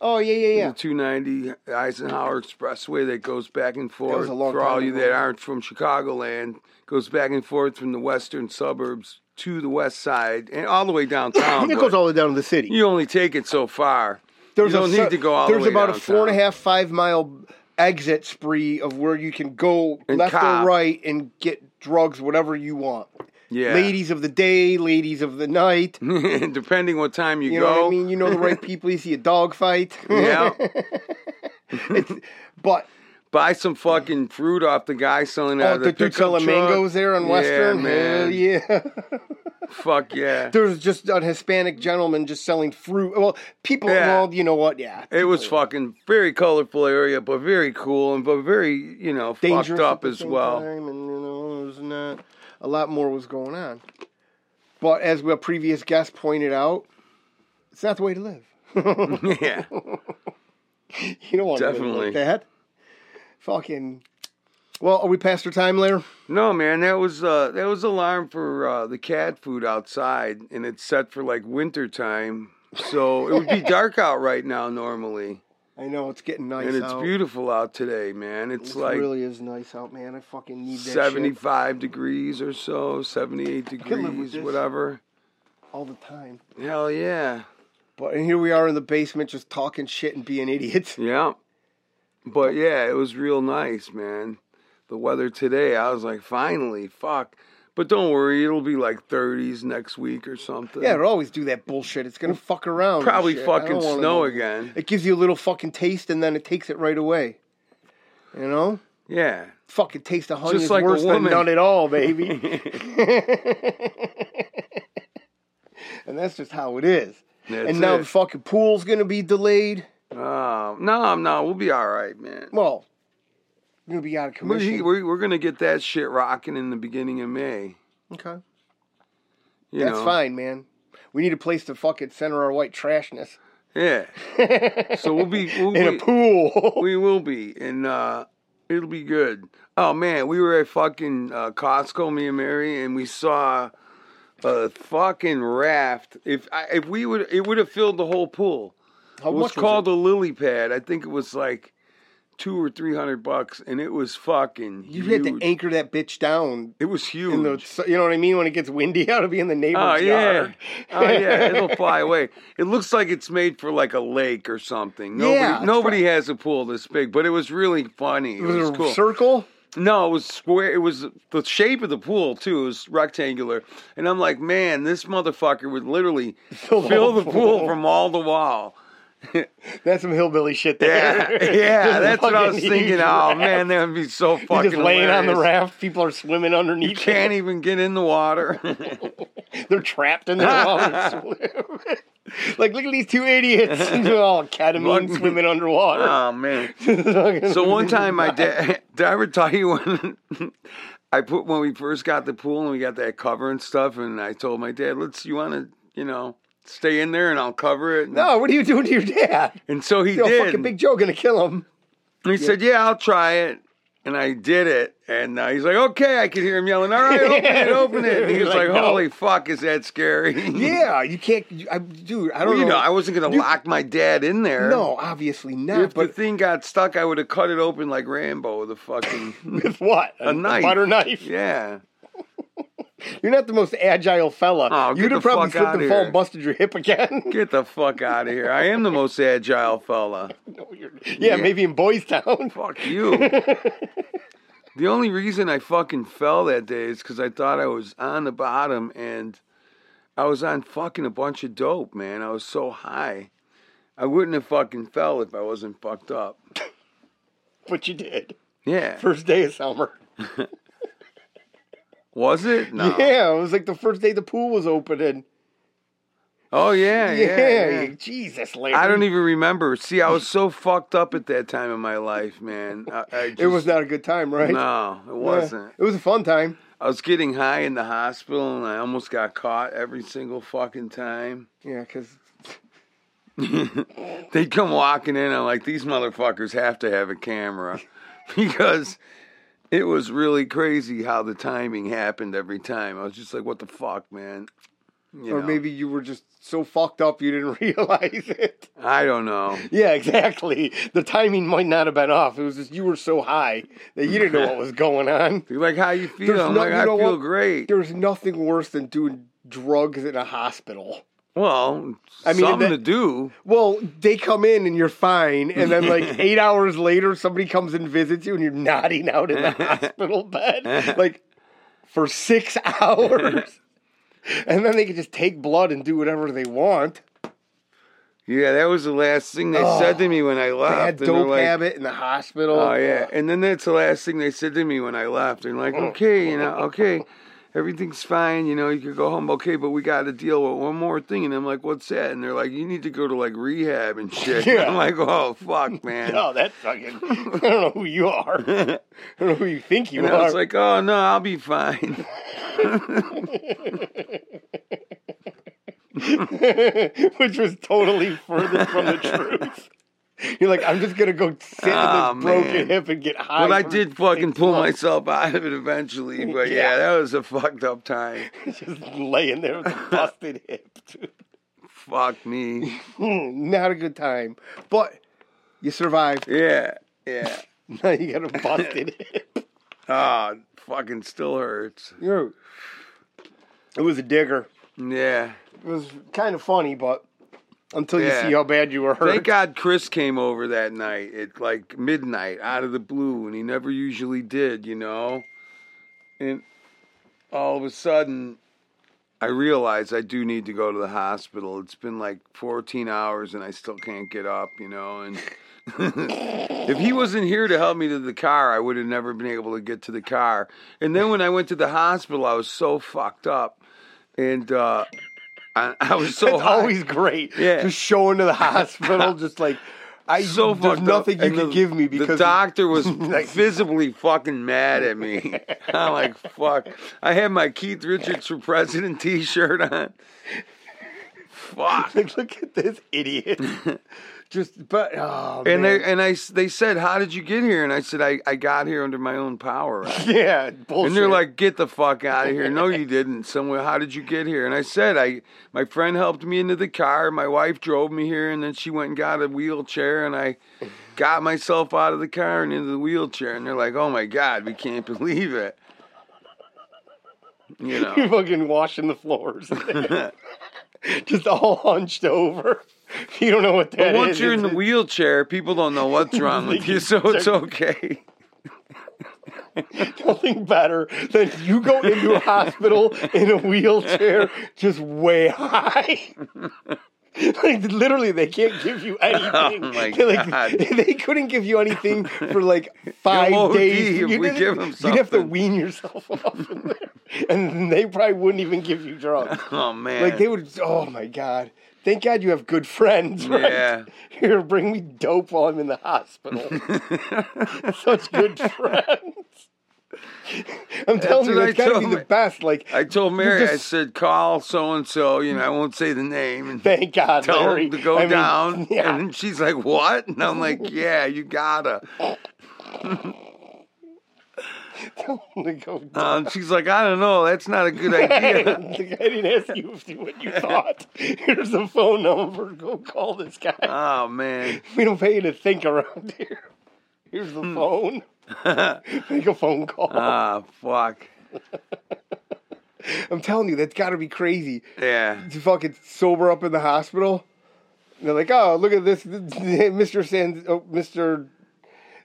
C: Oh yeah, yeah, yeah.
B: the 290 Eisenhower Expressway that goes back and forth
C: was a long
B: for
C: time
B: all you
C: ago.
B: that aren't from Chicagoland, goes back and forth from the western suburbs to the west side and all the way downtown.
C: it
B: but
C: goes all the way down to the city.
B: you only take it so far. you don't
C: cer-
B: need to go all the
C: There's
B: way
C: about a four and
B: downtown.
C: a half, five mile exit spree of where you can go
B: And
C: left
B: cop.
C: or right and get drugs, whatever you want.
B: yeah. Mm,
C: Ladies of the day, ladies of the night.
B: depending what time you,
C: You
B: go.
C: know what I mean? You know the right people. You see a dog fight.
B: Yeah,
C: but
B: buy some fucking fruit off the guy selling out
C: oh,
B: of the
C: the dude
B: pickup
C: selling
B: truck.
C: mangoes there on
B: Yeah,
C: Western. Hell
B: man.
C: yeah.
B: Fuck yeah!
C: there was just a Hispanic gentleman just selling fruit. Well, people.
B: Yeah.
C: Well, you know what? Yeah.
B: It was fucking very colorful area, but very cool and but very you know fucked
C: dangerous
B: up
C: at the
B: as
C: same
B: well.
C: time, and you know, it was not a lot more was going on. But as our previous guest pointed out, it's not the way to live.
B: Yeah,
C: You don't want to live
B: Definitely.
C: like that. Fucking. Well, are we past our time, Lair?
B: no man, that was uh that was alarm for uh, the cat food outside, and it's set for like winter time, so it would be dark out right now normally,
C: I know it's getting nice
B: and it's
C: out.
B: beautiful out today, man. It's
C: This
B: like
C: really is nice out, man. I fucking need that shit
B: 75 degrees or so, 78
C: can live with
B: degrees,
C: this.
B: whatever.
C: all the time.
B: Hell yeah.
C: But and here we are in the basement, just talking shit and being idiots.
B: Yeah. But yeah, it was real nice, man. The weather today, I was like, finally, fuck. But don't worry, it'll be like 30s next week or something.
C: Yeah, they always do that bullshit. It's gonna fuck around. and
B: Probably
C: shit. I
B: fucking
C: don't wanna
B: snow
C: know.
B: again.
C: It gives you a little fucking taste, and then it takes it right away. You know,
B: Yeah.
C: fucking taste of honey
B: Just
C: is
B: like a
C: worse than
B: woman.
C: none at all, baby. and that's just how it is.
B: That's
C: and now
B: it.
C: the fucking pool's gonna be delayed.
B: Uh, no, no, we'll be all right, man.
C: Well, you're gonna be out of
B: We're,
C: commission.
B: we're, we're going to get that shit rocking in the beginning of May.
C: okay,
B: You
C: that's
B: know?
C: fine, man. We need a place to fucking center our white trashness
B: Yeah. so we'll be. We'll
C: in
B: be-
C: a pool.
B: We will be, and uh, it'll be good. Oh man, we were at fucking uh, Costco, me and Mary, and we saw a fucking raft. If I, if we would, it would have filled the whole pool.
C: How
B: It was
C: much was
B: called a lily pad. I think it was like two or three hundred bucks, and it was fucking.
C: You
B: huge.
C: had to anchor that bitch down.
B: It was huge.
C: In the, so- you know what I mean? When it gets windy, out to be in the neighbor's
B: Oh yeah,
C: yard.
B: oh yeah, it'll fly away. It looks like it's made for like a lake or something. Nobody,
C: Yeah, that's
B: nobody has a pool this big, but it was really funny. It
C: It was,
B: was
C: a
B: cool.
C: circle.
B: No, it was square. It was the shape of the pool too. It was rectangular, and I'm like, man, this motherfucker would literally
C: Fill
B: fill,
C: the
B: the
C: whole
B: pool
C: pool.
B: from all the wall.
C: That's some hillbilly shit
B: Yeah,
C: there.
B: yeah,
C: Just
B: that's what I
C: fucking
B: was
C: huge
B: thinking. Oh
C: raft.
B: man, that would be so fucking.
C: You're just laying on the
B: hilarious.
C: raft. People are swimming underneath.
B: You can't even get in the water.
C: it. They're trapped in there while they're swimming. like, look at these two idiots. They're all ketamine
B: Look-
C: swimming underwater.
B: oh man. So one time, my dad. Did I ever tell you when I put when we first got the pool and we got that cover and stuff? And I told my dad, "Let's. You want to, you know, stay in there and I'll cover it." And,
C: no, what are you doing to your dad?
B: and so he
C: Yo,
B: did.
C: fucking Big Joe gonna kill him.
B: And he said, "Yeah, I'll try it." And I did it, and uh, he's like, "Okay." I could hear him yelling, "All right, open it, open it!" And he was
C: Like,
B: like,
C: no.
B: "Holy fuck, is that scary?"
C: Yeah, you can't, you, I, dude. I don't
B: Well, you
C: know.
B: know, I wasn't gonna
C: You-
B: lock my dad in there.
C: no, obviously not.
B: if
C: but
B: the thing got stuck, I would have cut it open like Rambo with a fucking
C: With what?
B: a knife,
C: butter knife.
B: Yeah,
C: You're not the most agile fella.
B: Oh, get
C: You'd have
B: the
C: probably
B: fuck
C: slipped
B: outta
C: and fall
B: here.
C: and busted your hip again.
B: get the fuck out of here. I am the most agile fella.
C: No, you're- yeah, maybe in Boys Town.
B: Fuck you. the only reason I fucking fell that day is because I thought I was on the bottom and I was on fucking a bunch of dope, man. I was so high. I wouldn't have fucking fell if I wasn't fucked up.
C: But you did.
B: Yeah.
C: First day of summer.
B: Was it? No.
C: Yeah, it was like the first day the pool was open, and
B: Oh yeah, yeah. yeah.
C: Jesus, Larry.
B: I don't e- even remember. See, I was so fucked up at that time in my life, man. I, I
C: It was
B: just-
C: not a good time, right?
B: No, it
C: Yeah.
B: wasn't.
C: It was a fun time.
B: I was getting high in the hospital and I almost got caught every single fucking time.
C: Yeah, because
B: They'd come walking in. I'm like, these motherfuckers have to have a camera because it was really crazy how the timing happened every time. I was just like, what the fuck, man? You
C: or
B: know,
C: maybe you were just so fucked up you didn't realize it.
B: I don't know.
C: Yeah, exactly. The timing might not have been off. It was just you were so high that you didn't know what was going on.
B: You're like, how you feel?
C: There's
B: I'm
C: no-
B: like,
C: you
B: I
C: know
B: feel
C: what?
B: great.
C: There's nothing worse than doing drugs in a hospital.
B: Well,
C: I mean,
B: something
C: that-
B: to do.
C: Well, they come in and you're fine, and then like eight hours later, somebody comes and visits you, and you're nodding out in the hospital bed, like for six hours, and then they can just take blood and do whatever they want.
B: Yeah, that was the last thing they said to me when I left.
C: Bad
B: and they're
C: dope
B: like,
C: habit in the hospital.
B: Oh yeah, and then that's the last thing they said to me when I left. They're like, "Okay, you know, okay, everything's fine. You know, you could go home. Okay, but we got to deal with one more thing." And I'm like, "What's that?" And they're like, "You need to go to like rehab and shit."
C: Yeah.
B: I'm like, "Oh fuck, man."
C: No, that's fucking. I don't know who you are. I don't know who you think you
B: and
C: are.
B: I was like, "Oh no, I'll be fine."
C: which was totally further from the truth. You're like, I'm just gonna go sit
B: Ah,
C: in this broken
B: man.
C: hip and get high.
B: But I
C: for
B: did fucking
C: six
B: pull
C: months.
B: myself out of it eventually. But yeah,
C: Yeah.
B: that was a fucked up time.
C: just laying there with a busted hip. dude.
B: Fuck me.
C: Hmm, Not a good time, but you survived.
B: Yeah, yeah.
C: Now you got a busted hip.
B: Ah, fucking still hurts.
C: Dude, It was a digger.
B: Yeah.
C: It was kind of funny, but until
B: Yeah.
C: you see how bad you were hurt.
B: Thank God Chris came over that night at like midnight out of the blue, and he never usually did, you know? And all of a sudden, I realized I do need to go to the hospital. It's been like 14 hours and I still can't get up, you know? And if he wasn't here to help me to the car, I would have never been able to get to the car. And then when I went to the hospital, I was so fucked up. And uh, I, I was so
C: It's
B: high.
C: always great.
B: Yeah.
C: Just showing to the hospital, just like I
B: so
C: there's
B: fucked
C: nothing
B: up.
C: you
B: And
C: can
B: the-
C: give me because
B: the doctor was visibly fucking mad at me. I'm like, fuck. I had my Keith Richards for President T-shirt on. Fuck.
C: like, look at this idiot. just but oh
B: And
C: man.
B: they and I s- they said, how did you get here? And I said, I, I got here under my own power.
C: yeah, bullshit.
B: And they're like, "Get the fuck out of here!" No, you didn't. Somewhere, how did you get here? And I said, "I, my friend helped me into the car. My wife drove me here, and then she went and got a wheelchair, and I got myself out of the car and into the wheelchair." And they're like, "Oh my god, we can't believe it!" You
C: you
B: know,
C: fucking washing the floors. just all hunched over. You don't know what that
B: but once
C: is.
B: you're in the
C: It's-
B: wheelchair, people don't know what's wrong with you, so it's okay.
C: nothing better than you go into a hospital in a wheelchair just way high. like literally they can't give you anything.
B: Oh, my
C: They, like,
B: God.
C: they couldn't give you anything for like 5
B: OD
C: days.
B: if
C: You'd
B: we
C: have-
B: give 'em
C: You'd have to
B: something.
C: wean yourself off in there. And they probably wouldn't even give you drugs.
B: Oh man,
C: Like they would oh my god. Thank God you have good friends, right?
B: Yeah.
C: Here, bring me dope while I'm in the hospital. Such good friends. I'm telling you,
B: what I
C: that's gotta
B: told
C: be the
B: my-
C: best. Like
B: I told Mary, I
C: just-
B: said, "Call so and so." You know, I won't say the name. And
C: thank God.
B: tell
C: Larry.
B: him to go
C: I mean,
B: down.
C: Yeah.
B: And she's like, What? And I'm like, Yeah, you gotta.
C: tell him to go down.
B: Um, she's like, I don't know, that's not a good idea.
C: Like, I didn't ask you if you- what you thought. Here's the phone number. Go call this guy.
B: oh man.
C: we don't pay you to think around here. Here's
B: Hmm.
C: the phone. Make a phone call.
B: Ah, fuck.
C: I'm telling you, that's got to be crazy.
B: Yeah.
C: to fucking sober up in the hospital. And they're like, oh, look at this, Mr. Sands, oh, Mr.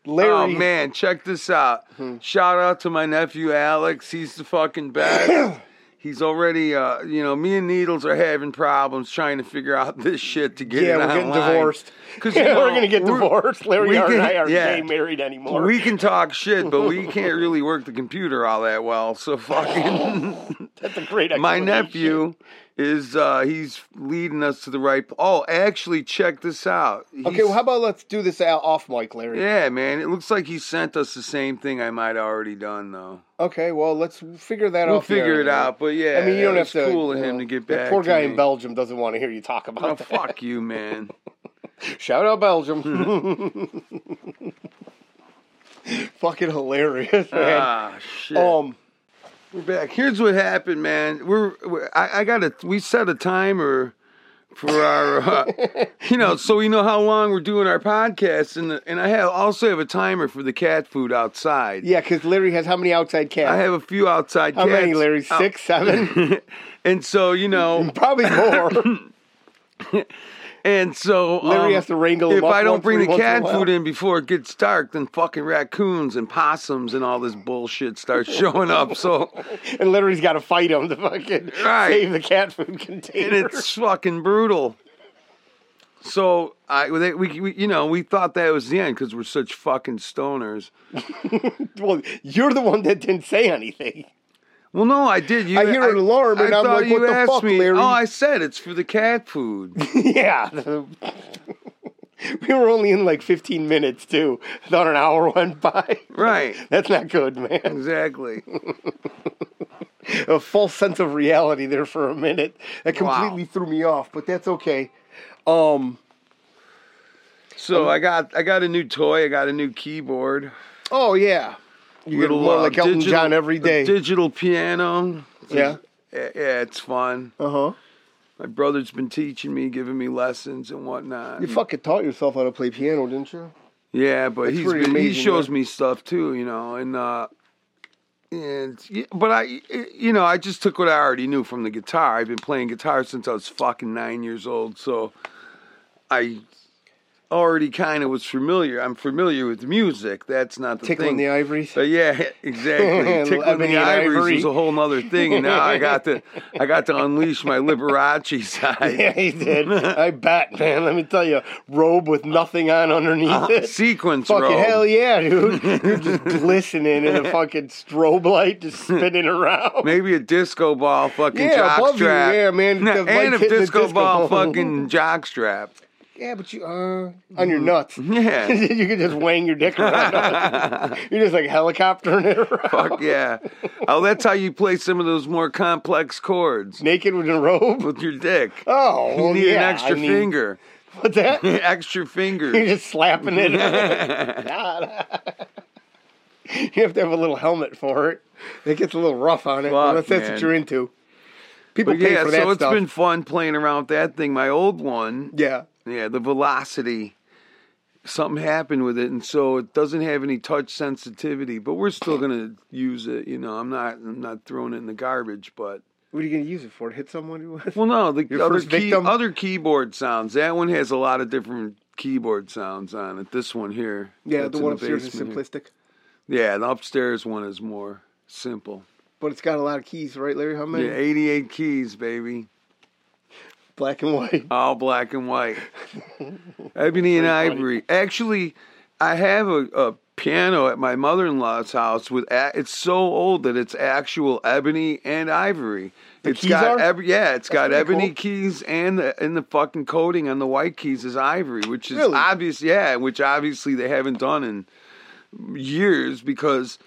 C: Larry. Hmm.
B: Oh man, check this out. Shout out to my nephew Alex. He's the fucking best. He's already, uh, you know, me and Needles are having problems trying to figure out this shit to get
C: Yeah,
B: it
C: we're getting
B: online.
C: divorced.
B: 'Cause, you
C: Yeah,
B: know,
C: we're gonna get
B: we're-
C: divorced. Larry
B: we
C: R and
B: can-
C: I aren't
B: yeah.
C: getting married anymore.
B: We can talk shit, but we can't really work the computer all that well. So fucking
C: That's a great.
B: my
C: explanation.
B: nephew is uh he's leading us to the right Oh, actually check this out.
C: Okay,
B: He's-
C: well, how about let's do this out- off mic, Larry?
B: Yeah, man. It looks like he sent us the same thing I might have already done though.
C: Okay, well, let's figure that
B: We'll
C: off the air,
B: figure it
C: Larry.
B: out, but yeah.
C: I mean, you
B: it
C: don't have
B: was
C: to.
B: cool of
C: you
B: him
C: know,
B: to get
C: that
B: back.
C: Poor
B: to
C: guy
B: me.
C: in Belgium doesn't want to hear you talk about
B: Oh,
C: that.
B: fuck you, man.
C: Shout out Belgium.
B: Hmm.
C: Fucking hilarious, man.
B: ah, shit.
C: um,
B: We're back. Here's what happened, man. We're, we're I, I got a we set a timer for our, uh, you know, so we know how long we're doing our podcast, and the, and I have also have a timer for the cat food outside.
C: yeah, because Larry has how many outside cats?
B: I have a few outside.
C: how
B: cats. Oh.
C: many, Larry?
B: out-
C: Six, seven,
B: and so you know,
C: probably more.
B: Um, and so um,
C: Larry has to wrangle 'em
B: If
C: up
B: I don't
C: once-
B: bring the
C: once in a
B: cat
C: while.
B: food in before it gets dark, then fucking raccoons and possums and all this bullshit starts showing up. So
C: and Larry's got to fight him to fucking
B: Right.
C: save the cat food container.
B: and it's fucking brutal. So I, they, we, we, you know, we thought that was the end because we're such fucking stoners.
C: well, you're the one that didn't say anything.
B: Well, no, I did. You,
C: I hear an alarm, and I'm
B: thought
C: like,
B: you
C: what the
B: asked
C: fuck,
B: me,
C: Larry?
B: Oh, I said it's for the cat food.
C: yeah. we were only in like 15 minutes, too. I thought an hour went by.
B: right.
C: That's not good, man.
B: Exactly.
C: A false sense of reality there for a minute. That completely threw me off, but that's okay. Um,
B: So I got I got a new toy. I got a new keyboard.
C: oh, yeah. You get
B: Little,
C: more
B: uh,
C: like Elton
B: digital-
C: John every
B: a
C: day.
B: digital piano.
C: Yeah.
B: Yeah, yeah, it's fun.
C: Uh huh.
B: My brother's been teaching me, giving me lessons and whatnot.
C: You fucking taught yourself how to play piano, didn't you?
B: Yeah, but
C: That's
B: he's
C: pretty
B: been, he
C: amazing,
B: shows
C: yeah.
B: me stuff too, you know, and uh and yeah, but I you know, I just took what I already knew from the guitar. I've been playing guitar since I was fucking 9 years old, so I already kind of was familiar. I'm familiar with music. That's not the
C: Tickling
B: thing.
C: the ivories.
B: But Uh, yeah, exactly. Tickling
C: Ebony
B: the
C: and
B: ivories
C: ivory.
B: was a whole nother thing, and now I got to I got to unleash my Liberace side.
C: Yeah, he did. I bet, man. Let me tell you, robe with nothing on underneath it.
B: Sequence
C: Fucking
B: Uh-huh. robe.
C: hell yeah, dude. You're just glistening in a fucking strobe light, just spinning around.
B: Maybe a disco ball fucking
C: Yeah,
B: jockstrap.
C: above you, yeah, man. The
B: and
C: light's
B: a
C: hitting the
B: disco,
C: disco
B: ball,
C: ball.
B: fucking jockstrap.
C: Yeah, but you, uh, on your nuts.
B: Yeah.
C: you can just wang your dick around. You're just like helicoptering it around.
B: Fuck yeah. Oh, that's how you play some of those more complex chords
C: Naked with a robe?
B: with your dick.
C: Oh,
B: You
C: well,
B: need
C: yeah,
B: an extra
C: I mean,
B: finger.
C: What's that? You're
B: extra finger.
C: just slapping it. you have to have a little helmet for it. It gets a little rough on it,
B: Fuck,
C: unless that's
B: man.
C: what you're into. People
B: But
C: pay
B: yeah,
C: for that
B: so it's
C: stuff.
B: been fun playing around with that thing. My old one,
C: yeah.
B: yeah, the Velocity. Something happened with it, and so it doesn't have any touch sensitivity. But we're still gonna use it. You know, I'm not. I'm not throwing it in the garbage, but
C: What are you going to use it for? To hit someone with?
B: Well, no, the
C: Your
B: other,
C: first
B: key,
C: victim?
B: other keyboard sounds. That one has a lot of different keyboard sounds on it. This one here,
C: Yeah,
B: that's
C: the
B: in
C: one upstairs is
B: basement here.
C: simplistic,
B: Yeah, the upstairs one is more simple.
C: but it's got a lot of keys, right, Larry? How many?
B: Yeah, 88 keys, baby,
C: Black and white.
B: all black and white, ebony and ivory. Actually, I have a, a piano at my mother-in-law's house with. A, it's so old that it's actual ebony and ivory. It's
C: keys
B: got
C: are?
B: eb- yeah, it's got
C: pretty
B: ebony
C: cool.
B: keys and the and the fucking coating on the white keys is ivory, which is
C: Really?
B: obvious. Yeah, which obviously they haven't done in years because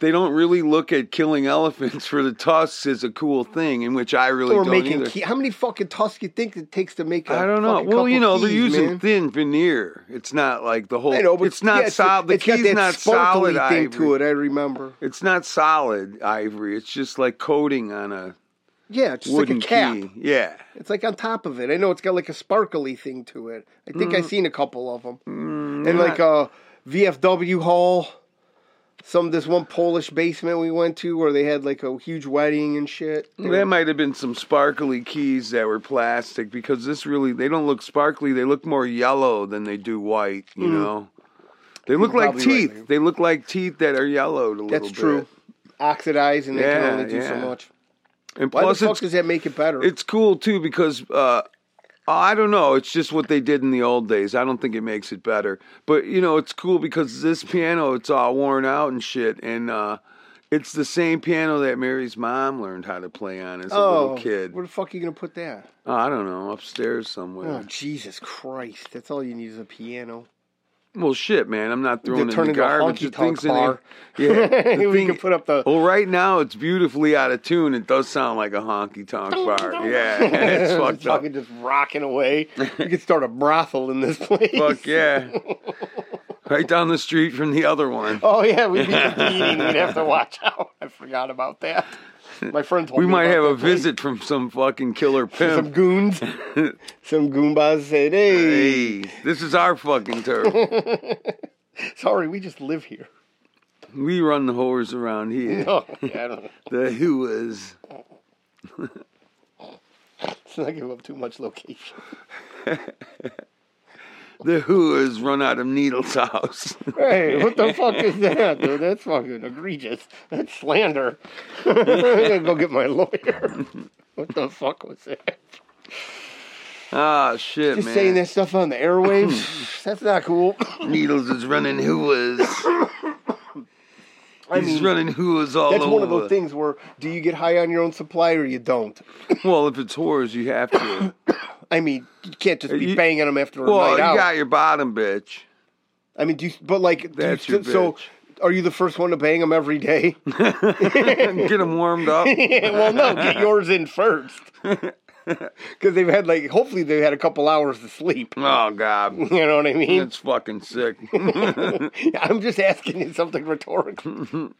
B: they don't really look at killing elephants for the tusks as a cool thing, in which I really
C: Or
B: don't
C: making
B: either.
C: key. How many fucking tusks you think it takes to make? I
B: I don't know. Well, you know,
C: keys,
B: they're using
C: man?
B: thin veneer. It's not like the whole.
C: I know, but
B: it's not
C: yeah,
B: solid. The
C: it's got
B: key's
C: that
B: not
C: sparkly
B: solid
C: thing
B: ivory.
C: to it. I remember.
B: It's not solid ivory. It's just like coating on a
C: Yeah, it's just
B: wooden
C: like a cap.
B: key. Yeah,
C: It's like on top of it. I know it's got like a sparkly thing to it. I think
B: Mm.
C: I've seen a couple of them. and like uh, a VFW hall, some this one Polish basement we went to where they had like a huge wedding and shit.
B: that might have been some sparkly keys that were plastic because this really they don't look sparkly. They look more yellow than they do white. You know, they look like
C: Hmm. probably right,
B: teeth.
C: man.
B: they look like teeth that are yellowed a little
C: That's
B: bit.
C: true. Oxidize and they
B: Yeah,
C: can only do so
B: yeah.
C: much.
B: And
C: Why
B: plus,
C: the fuck
B: it's
C: does that make it better?
B: it's cool too because uh, I don't know. It's just what they did in the old days. I don't think it makes it better, but you know, it's cool because this piano it's all worn out and shit, and uh, it's the same piano that Mary's mom learned how to play on as a little kid.
C: Oh, Where the fuck are you gonna put that?
B: I don't know, upstairs somewhere.
C: Oh Jesus Christ! That's all you need is a piano.
B: Well, shit, man, I'm not throwing it in
C: turn
B: the
C: into a
B: garbage. The
C: honky-tonk
B: things in there-
C: bar.
B: Yeah, the
C: we
B: thing-
C: can put up the.
B: Well, right now it's beautifully out of tune. It does sound like a honky tonk bar. Yeah, it's fucked up.
C: fucking just rocking away. You could start a brothel in this place.
B: Fuck yeah. right down the street from the other one.
C: Oh yeah, we'd be competing. We'd have to watch out. I forgot about that. My friend told
B: We
C: me
B: might
C: about
B: have a
C: that place.
B: visit from some fucking killer
C: Some
B: pimp.
C: goons, some goombas said, "Hey,
B: Hey, this is our fucking turf.
C: sorry, we just live here."
B: We run the whores around here.
C: Oh, yeah, I don't know.
B: The who is.
C: Let's not give up too much location.
B: The who is run out of Needle's house.
C: Hey, what the fuck is that, dude? That's fucking egregious. That's slander. I'm gonna go get my lawyer. What the fuck was that?
B: ah, shit,
C: Just
B: man.
C: saying that stuff on the airwaves. That's not cool.
B: Needles is running who is.
C: I
B: He's
C: mean,
B: running who is all
C: that's
B: over.
C: one of those things where do you get high on your own supply or you don't?
B: Well, if it's whores, you have to.
C: I mean, you can't just be
B: You-
C: banging them after a
B: well, you
C: night out.
B: got your bottom, bitch.
C: I mean, do you, but like, do you
B: That's
C: still-
B: your
C: so
B: bitch.
C: are you the first one to bang them every day?
B: Get them warmed up.
C: Yeah, well, no, get yours in first. Because they've had like, hopefully they've had a couple hours to sleep.
B: Oh God,
C: You know what I mean?
B: that's fucking sick.
C: I'm just asking you something rhetorical.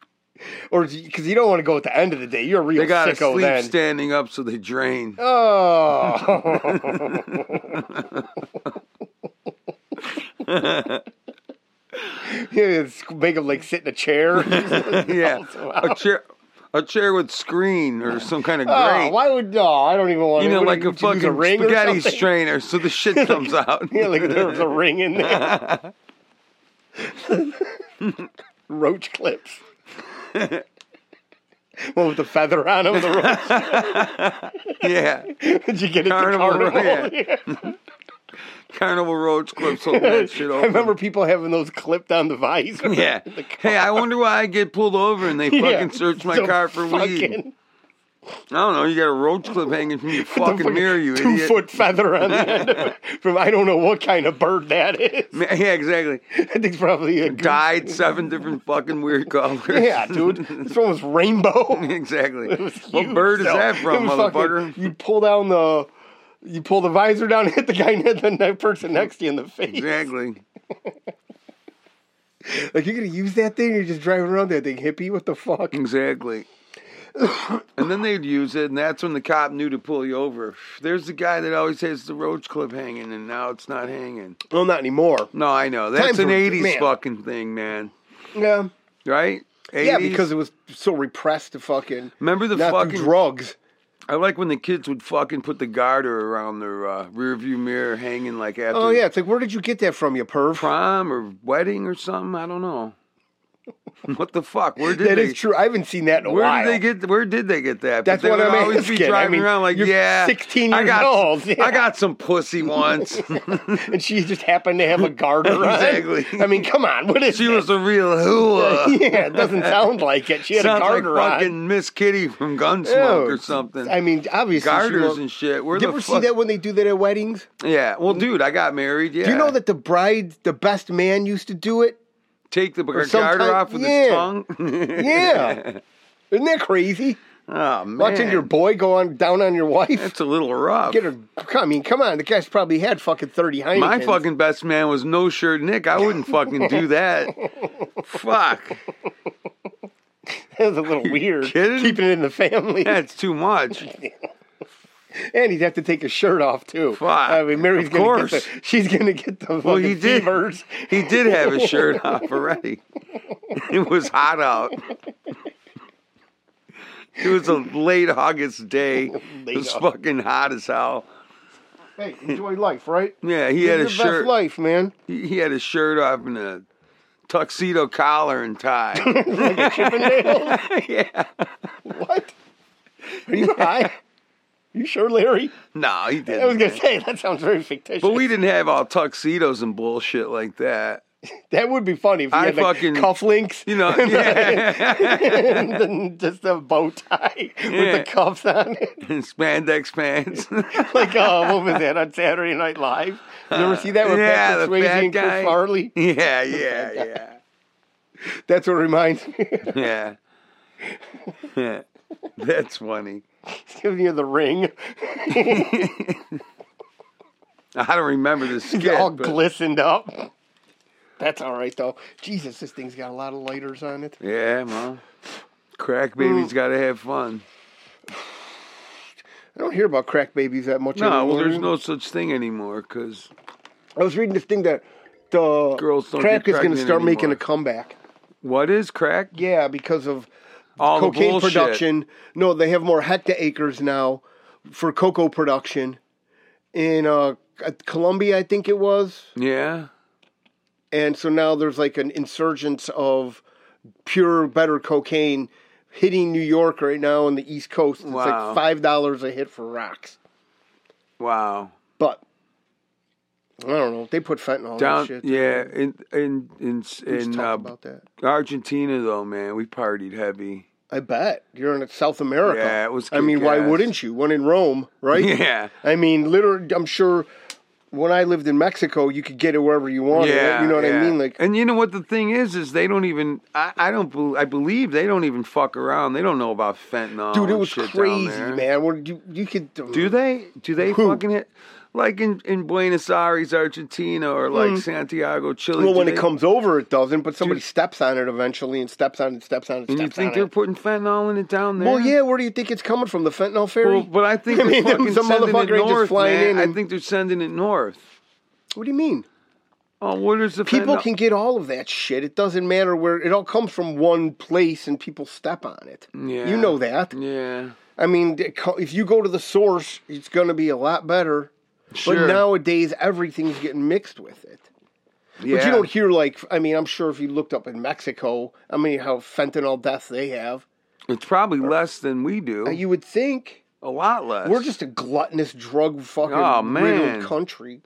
C: or because you don't want to go at the end of the day, you're a real
B: They got to
C: sicko
B: sleep
C: then.
B: standing up so they drain.
C: oh, yeah, it's- make them like sit in a chair.
B: yeah, a chair, a chair with screen or some kind of
C: Oh,
B: grate.
C: why would no? I don't even want.
B: you
C: to-
B: know,
C: what,
B: like a
C: would you use
B: fucking
C: ring or
B: spaghetti
C: something?
B: strainer, so the shit comes out.
C: Yeah, like there was a ring in there. roach clips. One with the feather on them. The roach.
B: yeah,
C: Did you get it?
B: Carnival,
C: Carnival. carnival?
B: yeah. Carnival Roach clips holding that shit
C: I
B: open.
C: remember people having those clipped on the visor.
B: Yeah. Hey, I wonder why I get pulled over and they fucking
C: Yeah.
B: search my
C: The
B: car for weed.
C: fucking-
B: I don't know. You got a roach clip hanging from your
C: the
B: fucking, mirror, you
C: two
B: idiot.
C: foot feather on the end of it from I don't know what kind of bird that is.
B: Yeah, exactly.
C: I think it's probably a goose.
B: dyed seven different fucking weird colors.
C: Yeah, dude. This one was rainbow.
B: exactly.
C: You-
B: What bird is
C: so,
B: that
C: it
B: from,
C: was fucking-
B: motherfucker?
C: you pull down the, you pull the visor down, hit the guy, hit the next person next to you in the face.
B: Exactly.
C: Like you're gonna use that thing? You're just driving around that thing, hippie? What the fuck?
B: Exactly. and then they'd use it, and that's when the cop knew to pull you over. There's the guy that always has the roach clip hanging, and now it's not hanging.
C: Well, not anymore.
B: No, I know. That's
C: Times
B: an
C: were-
B: 80s
C: man.
B: fucking thing, man.
C: Yeah,
B: Right? 80s?
C: yeah, because it was so repressed to fucking
B: Remember the
C: not through
B: fucking.
C: drugs.
B: I like when the kids would fucking put the garter around their uh, rearview mirror hanging like after
C: Oh yeah, it's like where did you get that from, you perv?
B: prom or wedding or something. I don't know. what the fuck? Where did
C: That
B: they?
C: is true. I haven't seen that in a
B: Where
C: while.
B: did they get? Where did they get that? But
C: That's
B: they
C: what
B: would
C: I'm
B: always be
C: asking. I
B: driving
C: mean,
B: around like,
C: you're
B: yeah,
C: 16
B: I
C: years
B: got,
C: old. Yeah.
B: I got some pussy once.
C: and she just happened to have a garter on.
B: Exactly.
C: I mean, come on, what is
B: she
C: that?
B: was a real hooah.
C: yeah, it doesn't sound like it. She had
B: Sounds
C: a
B: like
C: garter
B: fucking
C: on.
B: Miss Kitty from Gunsmoke
C: Ew.
B: or something.
C: I mean, obviously, she
B: Garters
C: won't-
B: and shit. Where
C: Did you
B: the
C: ever see
B: fuck?
C: that when they do that at weddings?
B: Yeah. Well, dude, I got married. Yeah.
C: Do you know that the bride, the best man, used to do it?
B: Take the garter
C: sometime-
B: off with
C: yeah.
B: his tongue.
C: Yeah, isn't that crazy?
B: oh man.
C: Watching your boy go on down on your wife.
B: That's a little rough.
C: Get her. I mean, come on. The guy's probably had fucking thirty Heinekens.
B: My fucking best man was no shirt Nick. I wouldn't fucking do that. Fuck.
C: That's a little weird.
B: kidding?
C: Keeping it in the family,
B: That's too much.
C: and he'd have to take his shirt off too.
B: Fuck.
C: I mean, Mary's
B: Of
C: gonna
B: course.
C: get the. She's gonna get the fucking
B: he did.
C: fevers.
B: He did have his shirt off already. It was hot out. It was a late August day. It was
C: August.
B: fucking hot as hell.
C: Hey, enjoy life, right?
B: Yeah, he had
C: Live
B: his
C: your best
B: shirt.
C: life, man.
B: He he had his shirt off and a tuxedo collar and tie.
C: Chippendales?
B: yeah.
C: what? Are you high? you sure, Larry?
B: No, he didn't.
C: I was gonna
B: man.
C: say that sounds very fictitious.
B: but we didn't have all tuxedos and bullshit like that.
C: that would be funny if you
B: I
C: had like
B: fucking-
C: cufflinks,
B: You know, yeah.
C: and then just a bow tie with
B: Yeah.
C: the cuffs on it.
B: Spandex pants.
C: like uh, what was that on Saturday Night Live? You ever see that with
B: yeah, the
C: Patrick Swayze
B: bad
C: and Chris
B: guy.
C: Farley?
B: Yeah, yeah, yeah,
C: That's what reminds me.
B: yeah. yeah. That's funny.
C: It's giving you the ring,
B: I don't remember the skit.
C: all
B: but-
C: glistened up. That's all right though. Jesus, this thing's got a lot of lighters on it.
B: yeah, man. Crack
C: Hmm.
B: babies got to have fun.
C: I don't hear about crack babies that much
B: No, well,
C: anymore.
B: there's no such thing anymore because
C: I was reading this thing that the
B: Girls don't
C: crack
B: get
C: is going to
B: pregnant
C: start making
B: anymore.
C: a comeback.
B: what is crack?
C: Yeah, because of
B: All the
C: cocaine
B: bullshit.
C: production. No, they have more hectaacres now for cocoa production in uh, Colombia, I think it was.
B: Yeah.
C: and so now there's like an insurgence of pure better cocaine hitting New York right now on the East Coast. It's
B: Wow.
C: like five dollars a hit for rocks,
B: Wow.
C: but I don't know. They put fentanyl
B: Down.
C: and shit.
B: Yeah. In in in
C: Let's
B: in
C: talk
B: uh,
C: about that.
B: Argentina though, man, we partied heavy.
C: I bet you're in South America.
B: Yeah, it was
C: I mean, why
B: kick-ass.
C: wouldn't you? One in Rome, right?
B: Yeah.
C: I mean, literally, I'm sure. When I lived in Mexico, you could get it wherever you wanted. right? You know what
B: yeah.
C: I mean? Like,
B: and you know what the thing is is they don't even. I, I don't. bel I believe they don't even fuck around. They don't know about fentanyl.
C: dude, it
B: and
C: was
B: shit down
C: crazy,
B: there.
C: man. When you you could
B: Do they? Do they
C: Who?
B: fucking hit? Like in, in Buenos Aires, Argentina, or like Santiago, Chile.
C: Hmm. Well,
B: do
C: when
B: they-
C: it comes over, it doesn't. But somebody
B: Dude.
C: steps on it eventually, and steps on it, steps on it, steps
B: and you think
C: on
B: they're
C: it.
B: putting fentanyl in it down there?
C: Well, yeah. Where do you think it's coming from? The fentanyl ferry.
B: Well, but I think
C: I
B: they're
C: mean,
B: fucking
C: some
B: sending
C: motherfucker
B: it
C: ain't
B: north,
C: just flying
B: man.
C: in
B: I
C: and-
B: think they're sending it north.
C: what do you mean?
B: Oh, what is the
C: People
B: fentanyl?
C: can get all of that shit. It doesn't matter where. It all comes from one place, and people step on it.
B: Yeah.
C: You know that.
B: Yeah,
C: I mean, it co- if you go to the source, it's going to be a lot better.
B: sure.
C: But nowadays, everything's getting mixed with it.
B: yeah.
C: But you don't hear like. I mean, I'm sure if you looked up in Mexico, I mean, how fentanyl deaths they have.
B: It's probably less than we do.
C: You would think.
B: a lot less.
C: We're just a gluttonous, drug fucking
B: Oh, man.
C: riddled country.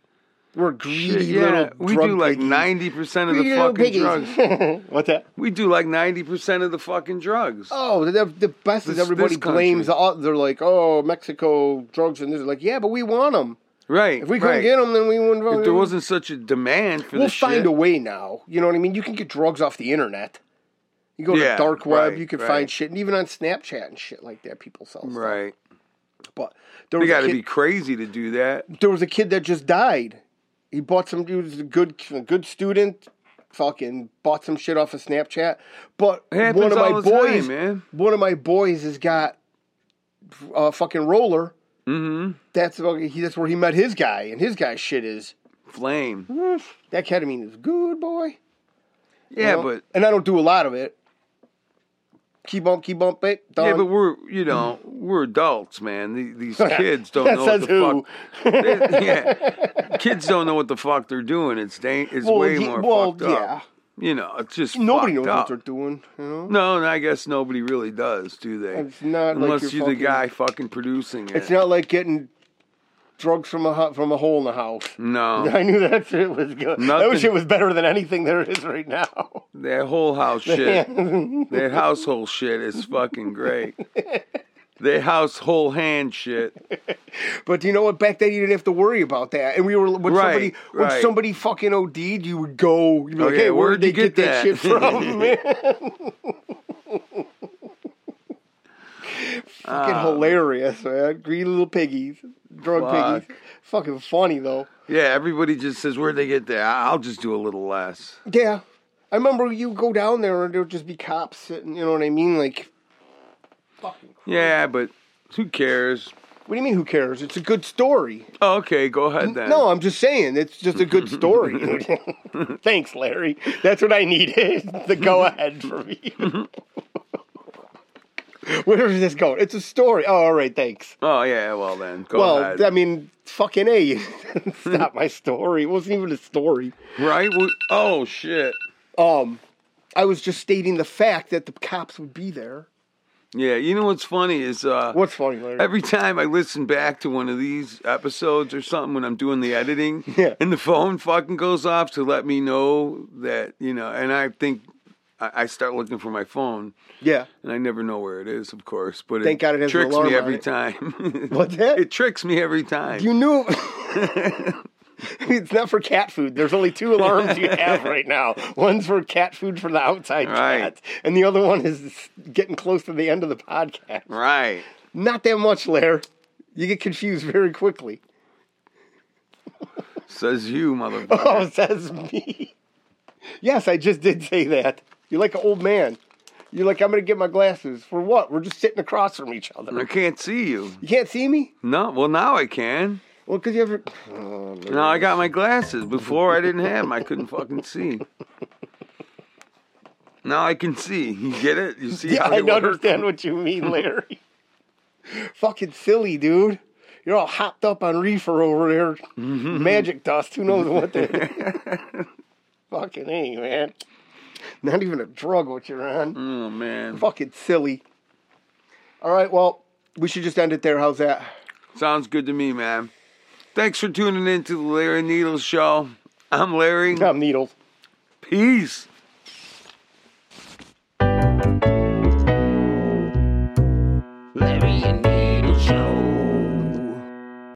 C: We're greedy
B: Shit, yeah.
C: little.
B: We
C: drug
B: do like
C: piggies.
B: ninety percent of
C: Greedy
B: the
C: little
B: fucking
C: piggies.
B: drugs.
C: What's that?
B: We do like ninety percent of the fucking drugs.
C: Oh, the, the best
B: This-
C: is everybody
B: this country.
C: blames. All, they're like, oh, Mexico drugs and this. Like, yeah, but we want them.
B: right.
C: If we
B: right.
C: couldn't get them, then we wouldn't.
B: if there wasn't such a demand for
C: we'll
B: the
C: find
B: shit,
C: a way now. You know what I mean? You can get drugs off the internet. You go to
B: Yeah,
C: the dark web,
B: right,
C: you can
B: right.
C: find shit, and even on Snapchat and shit like that, people sell stuff.
B: right?
C: But there
B: We
C: was a
B: got to
C: kid-
B: be crazy to do that.
C: there was a kid that just died. He bought some. He was a good, a good student. Fucking bought some shit off of Snapchat. But
B: It happens
C: one of
B: all
C: my
B: the time,
C: boys,
B: man.
C: one of my boys has got a fucking roller.
B: Mm-hmm.
C: That's fucking- he. That's where he met his guy, and his guy's shit is
B: Flame.
C: "Oof, that ketamine is good, boy. You
B: Yeah,
C: know?
B: but
C: and I don't do a lot of it. Keep on, keep on, babe.
B: yeah,
C: Done.
B: but we're you know we're adults, man. The- These kids don't
C: Mm-hmm. That
B: know what
C: says
B: the
C: who.
B: fuck. yeah, kids don't know what the fuck they're doing. It's dang, it's
C: Well,
B: way
C: ye-
B: more
C: well,
B: fucked up.
C: yeah.
B: You know, it's just
C: Nobody
B: fucked
C: knows
B: up.
C: what they're doing. You know,
B: No, and I guess nobody really does, do they?
C: It's not like
B: unless
C: you're
B: you're
C: fucking-
B: the guy fucking producing it.
C: it's not like getting drugs from a ho- from a hole in the house.
B: no,
C: I knew that shit was good.
B: Nothing.
C: That shit was better than anything there is right now.
B: that whole house shit, that household shit is fucking great. that household hand shit.
C: but you know what? Back then you didn't have to worry about that. And we were when
B: Right,
C: somebody when
B: right.
C: somebody fucking OD'd, you would go. You'd be like,
B: Okay,
C: hey, where
B: where'd
C: did they
B: you
C: get,
B: get
C: that?
B: that?"
C: shit from? Man. fucking
B: Ah.
C: hilarious, man. Greedy little piggies, drug
B: Fuck.
C: piggies. Fucking funny though.
B: Yeah, everybody just says where'd they get that. I- I'll just do a little less.
C: Yeah. I remember you go down there and there'd just be cops sitting, you know what I mean? Like,
B: Yeah, but who cares?
C: what do you mean, who cares? It's a good story.
B: Oh, okay, go ahead then.
C: No, I'm just saying it's just a good story. Thanks, Larry. That's what I needed. The go ahead for me. Where is this going? It's a story. Oh, all right. Thanks.
B: Oh yeah, well then, go
C: well,
B: ahead.
C: I mean, fucking a. It's not my story. It wasn't even a story.
B: right? Well, oh shit.
C: Um, I was just stating the fact that the cops would be there.
B: Yeah, you know what's funny is uh,
C: What's funny, Larry?
B: every time I listen back to one of these episodes or something when I'm doing the editing,
C: Yeah.
B: and the phone fucking goes off to let me know that you know, and I think I, I start looking for my phone,
C: yeah.
B: and I never know where it is, of course. But it
C: Thank God it has an
B: tricks
C: alarm
B: me
C: on
B: every
C: it.
B: time.
C: What's that?
B: It tricks me every time.
C: You knew. it's not for cat food. There's only two alarms you have right now. One's for cat food for the outside
B: Right.
C: cat, and the other one is getting close to the end of the podcast.
B: right.
C: Not that much, Lair. You get confused very quickly.
B: Says you, motherfucker.
C: Oh, it says me. Yes, I just did say that. You're like an old man. You're like, I'm going to get my glasses. For what? We're just sitting across from each other.
B: I can't see you.
C: You can't see me?
B: No, well now I can.
C: Well, because you ever. Oh, Lord.
B: Now I got my glasses. Before I didn't have them. I couldn't fucking see. Now I can see. You get it? You see
C: Yeah,
B: how
C: I
B: they work?
C: understand what you mean, Larry. Fucking silly, dude. You're all hopped up on reefer over there. Magic dust. Who knows what the fucking ain't, man. Mm. Not even a drug what you're on.
B: Oh man.
C: Fucking silly. All right, well, we should just end it there. How's that?
B: Sounds good to me, man. Thanks for tuning in to the Larry Needles show. I'm Larry.
C: I'm Needles.
B: Peace.
D: Larry and